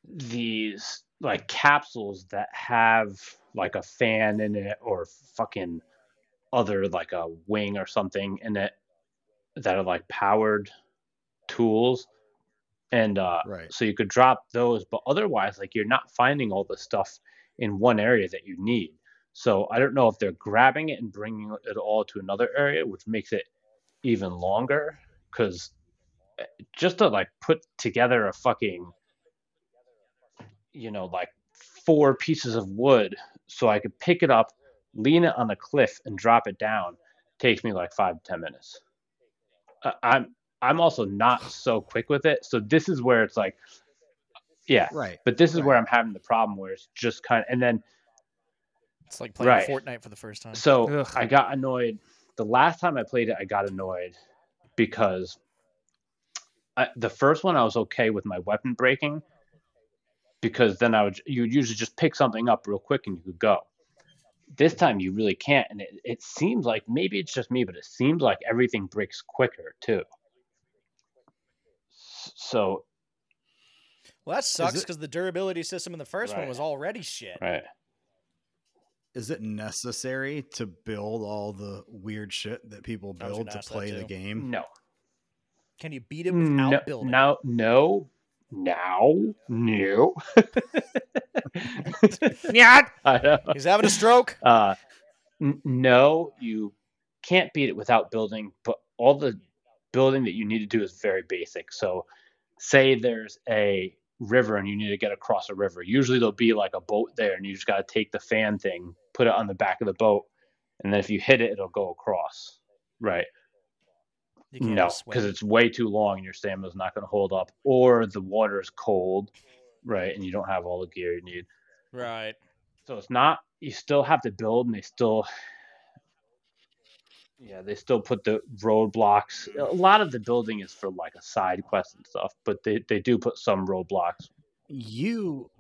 Speaker 4: these like capsules that have like a fan in it or fucking other like a wing or something in it that are like powered tools and uh
Speaker 2: Right.
Speaker 4: so you could drop those but otherwise like you're not finding all the stuff in one area that you need so i don't know if they're grabbing it and bringing it all to another area which makes it even longer because just to like put together a fucking you know like four pieces of wood so i could pick it up lean it on a cliff and drop it down takes me like five to ten minutes I, i'm i'm also not so quick with it so this is where it's like yeah
Speaker 2: Right.
Speaker 4: but this is
Speaker 2: Right.
Speaker 4: where i'm having the problem where it's just kind of and then
Speaker 3: It's like playing
Speaker 4: Right.
Speaker 3: Fortnite for the first time.
Speaker 4: so
Speaker 1: Ugh.
Speaker 4: I got annoyed. The last time I played it, I got annoyed because I, the first one I was okay with my weapon breaking because then I would you would usually just pick something up real quick and you could go. This time you really can't, and it, it seems like maybe it's just me, but it seems like everything breaks quicker too. S- So
Speaker 3: Well, that sucks
Speaker 2: it-
Speaker 3: because the durability system in the first one
Speaker 4: Right.
Speaker 3: was already shit.
Speaker 4: Right.
Speaker 2: Is it necessary to build all the weird shit that people
Speaker 3: I was
Speaker 2: build
Speaker 3: gonna
Speaker 2: to
Speaker 3: ask that
Speaker 2: play the
Speaker 3: too.
Speaker 2: game?
Speaker 4: No.
Speaker 3: Can you beat it without
Speaker 4: Mm, no,
Speaker 3: building?
Speaker 4: No, no, no, no.
Speaker 1: Yeah.
Speaker 4: I know.
Speaker 3: He's having a stroke.
Speaker 4: Uh, n- no, you can't beat it without building, but all the building that you need to do is very basic. So, say there's a river and you need to get across a river. Usually there'll be like a boat there, and you just got to take the fan thing, put it on the back of the boat, and then if you hit it, it'll go across. Right.
Speaker 3: You can't
Speaker 4: No,
Speaker 3: just swim.
Speaker 4: because it's way too long and your stamina's not going to hold up, or the water is cold, right? And you don't have all the gear you need.
Speaker 3: right.
Speaker 4: So it's not. You still have to build, and they still, yeah, they still put the roadblocks. A lot of the building is for like a side quest and stuff, but they they do put some roadblocks.
Speaker 2: You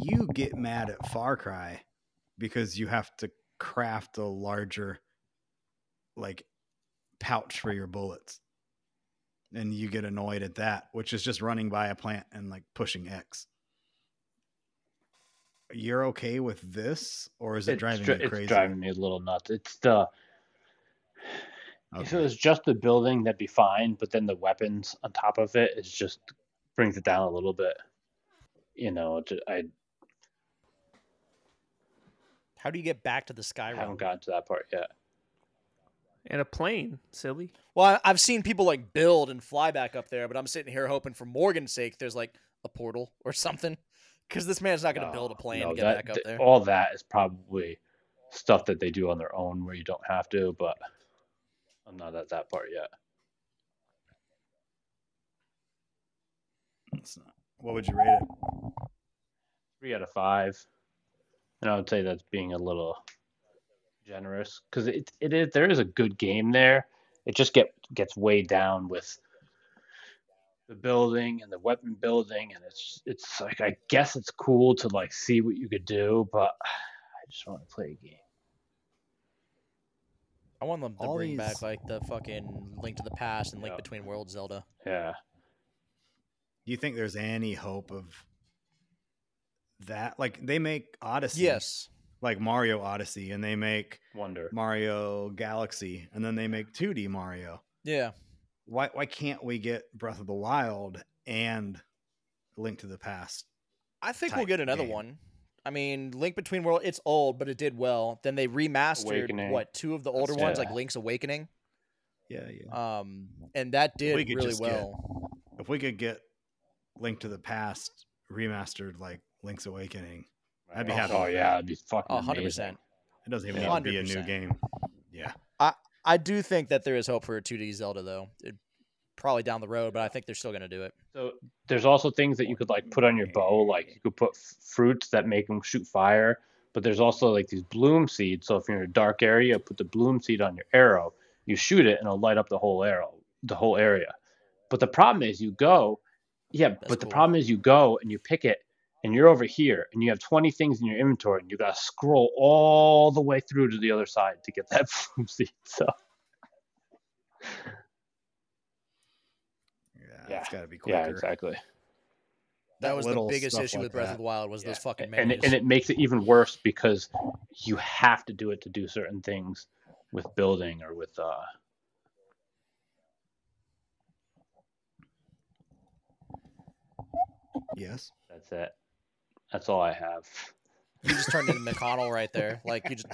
Speaker 2: you get mad at Far Cry because you have to craft a larger like pouch for your bullets. And you get annoyed at that, which is just running by a plant and like pushing X. You're okay with this, or is it
Speaker 4: It's
Speaker 2: driving
Speaker 4: dri-
Speaker 2: you crazy?
Speaker 4: It's driving me a little nuts. It's the if it
Speaker 2: Okay.
Speaker 4: was just the building, that'd be fine, but then the weapons on top of it is just brings it down a little bit. You know, it- I
Speaker 3: How do you get back to the Skyrim?
Speaker 4: I haven't gotten to that part yet.
Speaker 1: And a plane, silly.
Speaker 3: Well, I- I've seen people like build and fly back up there, but I'm sitting here hoping for Morgan's sake there's like a portal or something. Because this man's not going to
Speaker 4: No,
Speaker 3: build a plane
Speaker 4: no,
Speaker 3: to get
Speaker 4: that-
Speaker 3: back up
Speaker 4: th-
Speaker 3: there.
Speaker 4: All that is probably stuff that they do on their own where you don't have to, but I'm not at that part yet.
Speaker 2: It's not- What would you rate it?
Speaker 4: Three out of five. And I would say that's being a little generous because it, it is there is a good game there. It just get gets weighed down with the building and the weapon building, and it's it's like I guess it's cool to like see what you could do, but I just want to play a game.
Speaker 3: I want them to
Speaker 2: all
Speaker 3: bring
Speaker 2: these-
Speaker 3: back like the fucking Link to the Past and Link
Speaker 4: Yeah.
Speaker 3: Between Worlds Zelda.
Speaker 4: Yeah.
Speaker 2: Do you think there's any hope of that? Like they make Odyssey,
Speaker 3: Yes.
Speaker 2: like Mario Odyssey, and they make
Speaker 4: Wonder.
Speaker 2: Mario Galaxy, and then they make 2D Mario.
Speaker 3: Yeah.
Speaker 2: Why why can't we get Breath of the Wild and Link to the Past?
Speaker 3: I think we'll
Speaker 2: type
Speaker 3: get another
Speaker 2: game.
Speaker 3: one. I mean, Link Between World, it's old, but it did well. Then they remastered
Speaker 4: Awakening.
Speaker 3: what two of the older ones, like
Speaker 4: Yeah.
Speaker 3: Link's Awakening,
Speaker 2: Yeah, yeah.
Speaker 3: um, and that did
Speaker 2: We could
Speaker 3: really
Speaker 2: just get-
Speaker 3: well.
Speaker 2: If we could get Link to the Past remastered like Link's Awakening, I'd be happy
Speaker 4: Oh
Speaker 2: with
Speaker 4: yeah,
Speaker 2: that.
Speaker 4: that'd be fucking
Speaker 3: A hundred
Speaker 4: amazing.
Speaker 3: percent.
Speaker 2: it doesn't even need to be a new
Speaker 3: 100%.
Speaker 2: game. Yeah.
Speaker 3: I do think that there is hope for a 2D Zelda though. It, probably down the road, but I think they're still gonna do it.
Speaker 4: So there's also things that you could like put on your bow, like you could put f- fruits that make them shoot fire. But there's also like these bloom seeds. So if you're in a dark area, put the bloom seed on your arrow. You shoot it, and it'll light up the whole arrow, the whole area. But the problem is, you go, yeah. but the
Speaker 3: cool.
Speaker 4: problem is, you go and you pick it, and you're over here, and you have 20 things in your inventory, and you gotta scroll all the way through to the other side to get that bloom seed. So
Speaker 2: Yeah,
Speaker 4: Yeah.
Speaker 2: it's got to be quicker.
Speaker 4: yeah, exactly.
Speaker 3: That,
Speaker 2: That
Speaker 3: was the
Speaker 2: little
Speaker 3: biggest
Speaker 2: stuff
Speaker 3: issue
Speaker 2: like
Speaker 3: with Breath
Speaker 2: that.
Speaker 3: of the Wild was
Speaker 4: Yeah,
Speaker 3: those fucking
Speaker 4: and
Speaker 3: menus.
Speaker 4: it, and it makes it even worse because you have to do it to do certain things with building or with uh
Speaker 2: Yes.
Speaker 4: that's it that's all i have
Speaker 3: you just turned into McConnell right there. Like you just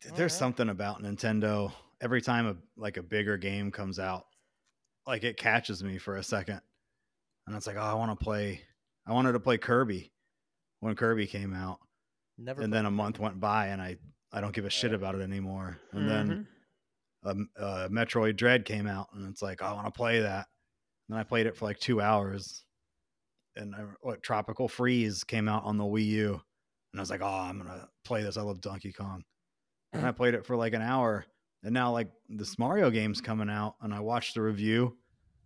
Speaker 2: Dude, there's
Speaker 3: Alright.
Speaker 2: something about Nintendo. Every time a like a bigger game comes out, like it catches me for a second, and it's like, oh, I want to play. I wanted to play Kirby when Kirby came out,
Speaker 3: never.
Speaker 2: and then a month went by, and I I don't give a shit
Speaker 4: Right.
Speaker 2: about it anymore.
Speaker 1: Mm-hmm.
Speaker 2: And then um, uh, Metroid Dread came out, and it's like, I want to play that. And then I played it for like two hours. And I, what Tropical Freeze came out on the Wii U, and I was like, oh, I'm gonna play this. I love Donkey Kong. And I played it for like an hour, and now like this Mario game's coming out, and I watched the review,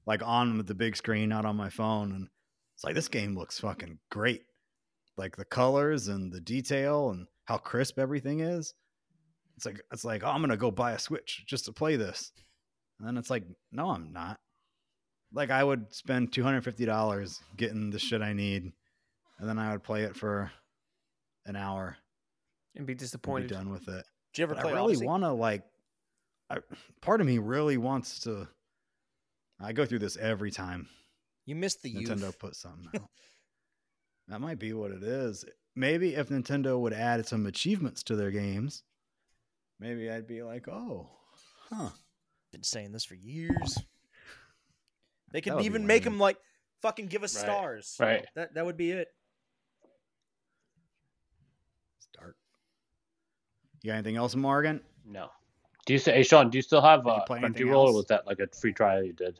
Speaker 2: like on the big screen, not on my phone, and it's like this game looks fucking great, like the colors and the detail and how crisp everything is. It's like it's like oh, I'm gonna go buy a Switch just to play this. And then it's like, no, I'm not. Like I would spend two hundred fifty dollars getting the shit I need, and then I would play it for an hour
Speaker 1: and be
Speaker 2: and be
Speaker 1: disappointed.
Speaker 2: done with it.
Speaker 3: Do you ever
Speaker 2: But
Speaker 3: play
Speaker 2: I really
Speaker 3: Odyssey?
Speaker 2: want to like. I, part of me really wants to. I go through this every time
Speaker 3: you missed the youth.
Speaker 2: Nintendo put something out. that might be what it is. Maybe if Nintendo would add some achievements to their games, maybe I'd be like, oh, huh.
Speaker 3: Been saying this for years. They
Speaker 2: That
Speaker 3: could
Speaker 2: would be
Speaker 3: even make
Speaker 2: lame.
Speaker 3: them like fucking give us
Speaker 4: Right,
Speaker 3: stars.
Speaker 4: right.
Speaker 3: That that would be it.
Speaker 2: It's dark. You got anything else, Morgan?
Speaker 4: No. Do you say, hey Sean? Do you still have
Speaker 2: Did you
Speaker 4: uh,
Speaker 2: play anything
Speaker 4: Crunchyroll, or
Speaker 2: else?
Speaker 4: was that like a free trial you did?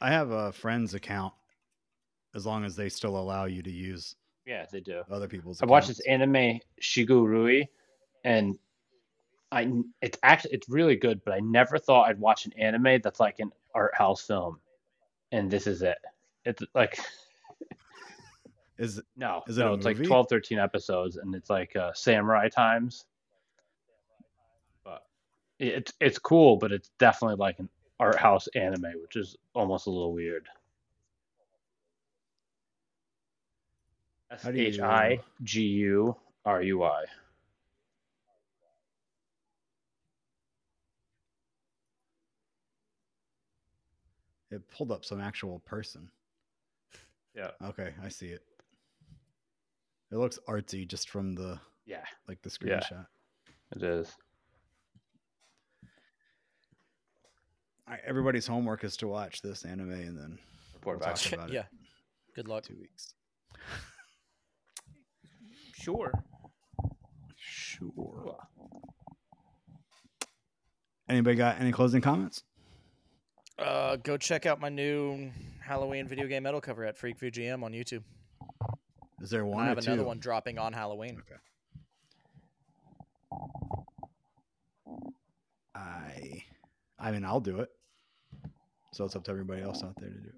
Speaker 2: I have a friend's account as long as they still allow you to use
Speaker 4: Yeah, they do.
Speaker 2: other people's
Speaker 4: I watched this
Speaker 2: accounts.
Speaker 4: anime Shigurui, and I it's actually it's really good, but I never thought I'd watch an anime that's like an art house film, and this is it. It's like
Speaker 2: Is
Speaker 4: no,
Speaker 2: Is it
Speaker 4: no,
Speaker 2: a
Speaker 4: it's like
Speaker 2: movie?
Speaker 4: 12, 13 episodes, and it's like uh, samurai times. But it- it's it's cool, but it's definitely like an art house anime, which is almost a little weird. S
Speaker 2: How do you,
Speaker 4: H I G U R U I.
Speaker 2: it pulled up some actual person?
Speaker 4: Yeah.
Speaker 2: Okay, I see it. It looks artsy just from the
Speaker 4: Yeah,
Speaker 2: like the
Speaker 4: Yeah.
Speaker 2: screenshot.
Speaker 4: it is.
Speaker 2: All right, everybody's homework is to watch this anime and then
Speaker 4: Report
Speaker 2: we'll
Speaker 4: back.
Speaker 2: talk about it
Speaker 3: yeah. Good
Speaker 2: in
Speaker 3: luck.
Speaker 2: two weeks.
Speaker 1: Sure.
Speaker 2: Sure. Anybody got any closing comments?
Speaker 3: Uh, go check out my new Halloween video game metal cover at Freak VGM on YouTube.
Speaker 2: Is there
Speaker 3: And
Speaker 2: one
Speaker 3: I
Speaker 2: or
Speaker 3: have another
Speaker 2: two?
Speaker 3: one dropping on Halloween.
Speaker 2: I, I mean, I'll do it. So it's up to everybody else out there to do it.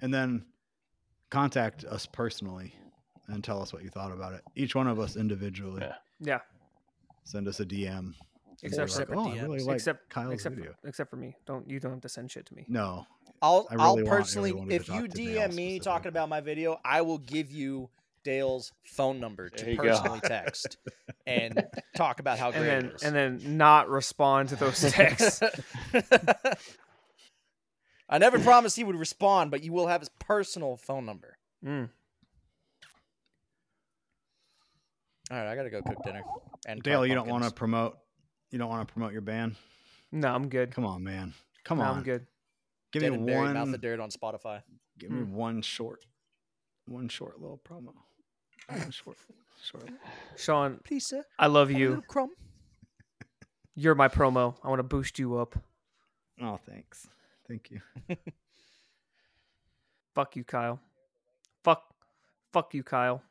Speaker 2: And then contact us personally and tell us what you thought about it. Each one of us individually.
Speaker 4: Yeah.
Speaker 1: Yeah.
Speaker 2: Send us a DM.
Speaker 1: Except
Speaker 2: Like,
Speaker 1: for
Speaker 3: separate
Speaker 2: oh, I
Speaker 3: DMs.
Speaker 2: really like
Speaker 1: except
Speaker 2: Kyle's
Speaker 1: except
Speaker 2: video.
Speaker 1: for, except for me. Don't you don't have to send shit to me.
Speaker 2: No,
Speaker 3: I'll
Speaker 2: I really
Speaker 3: I'll
Speaker 2: want
Speaker 3: personally,
Speaker 2: everyone to
Speaker 3: if
Speaker 2: talk
Speaker 3: you
Speaker 2: to Dale
Speaker 3: DM me talking
Speaker 2: specifically.
Speaker 3: about my video, I will give you Dale's phone number
Speaker 4: There
Speaker 3: to
Speaker 4: you go.
Speaker 3: personally text and talk about how great
Speaker 1: And then
Speaker 3: it is.
Speaker 1: and then not respond to those texts.
Speaker 3: I never promised he would respond, but you will have his personal phone number.
Speaker 1: Mm.
Speaker 3: All right, I gotta go cook dinner. And
Speaker 2: Dale,
Speaker 3: carve
Speaker 2: you don't want to
Speaker 3: pumpkins.
Speaker 2: promote. You don't want to promote your band.
Speaker 1: No, I'm good.
Speaker 2: Come on, man. Come
Speaker 1: no,
Speaker 2: on.
Speaker 1: I'm good.
Speaker 2: Give
Speaker 3: Dead
Speaker 2: me
Speaker 3: and Buried, Mouth
Speaker 2: one.
Speaker 3: of Dirt on Spotify.
Speaker 2: Give me
Speaker 1: Mm.
Speaker 2: one short, one short little promo. One short, short. little-
Speaker 1: Sean,
Speaker 3: Please, sir.
Speaker 1: I love
Speaker 3: have a
Speaker 1: you.
Speaker 3: little crumb.
Speaker 1: You're my promo. I want to boost you up.
Speaker 2: Oh, thanks. Thank you.
Speaker 1: Fuck you, Kyle. Fuck fuck you, Kyle.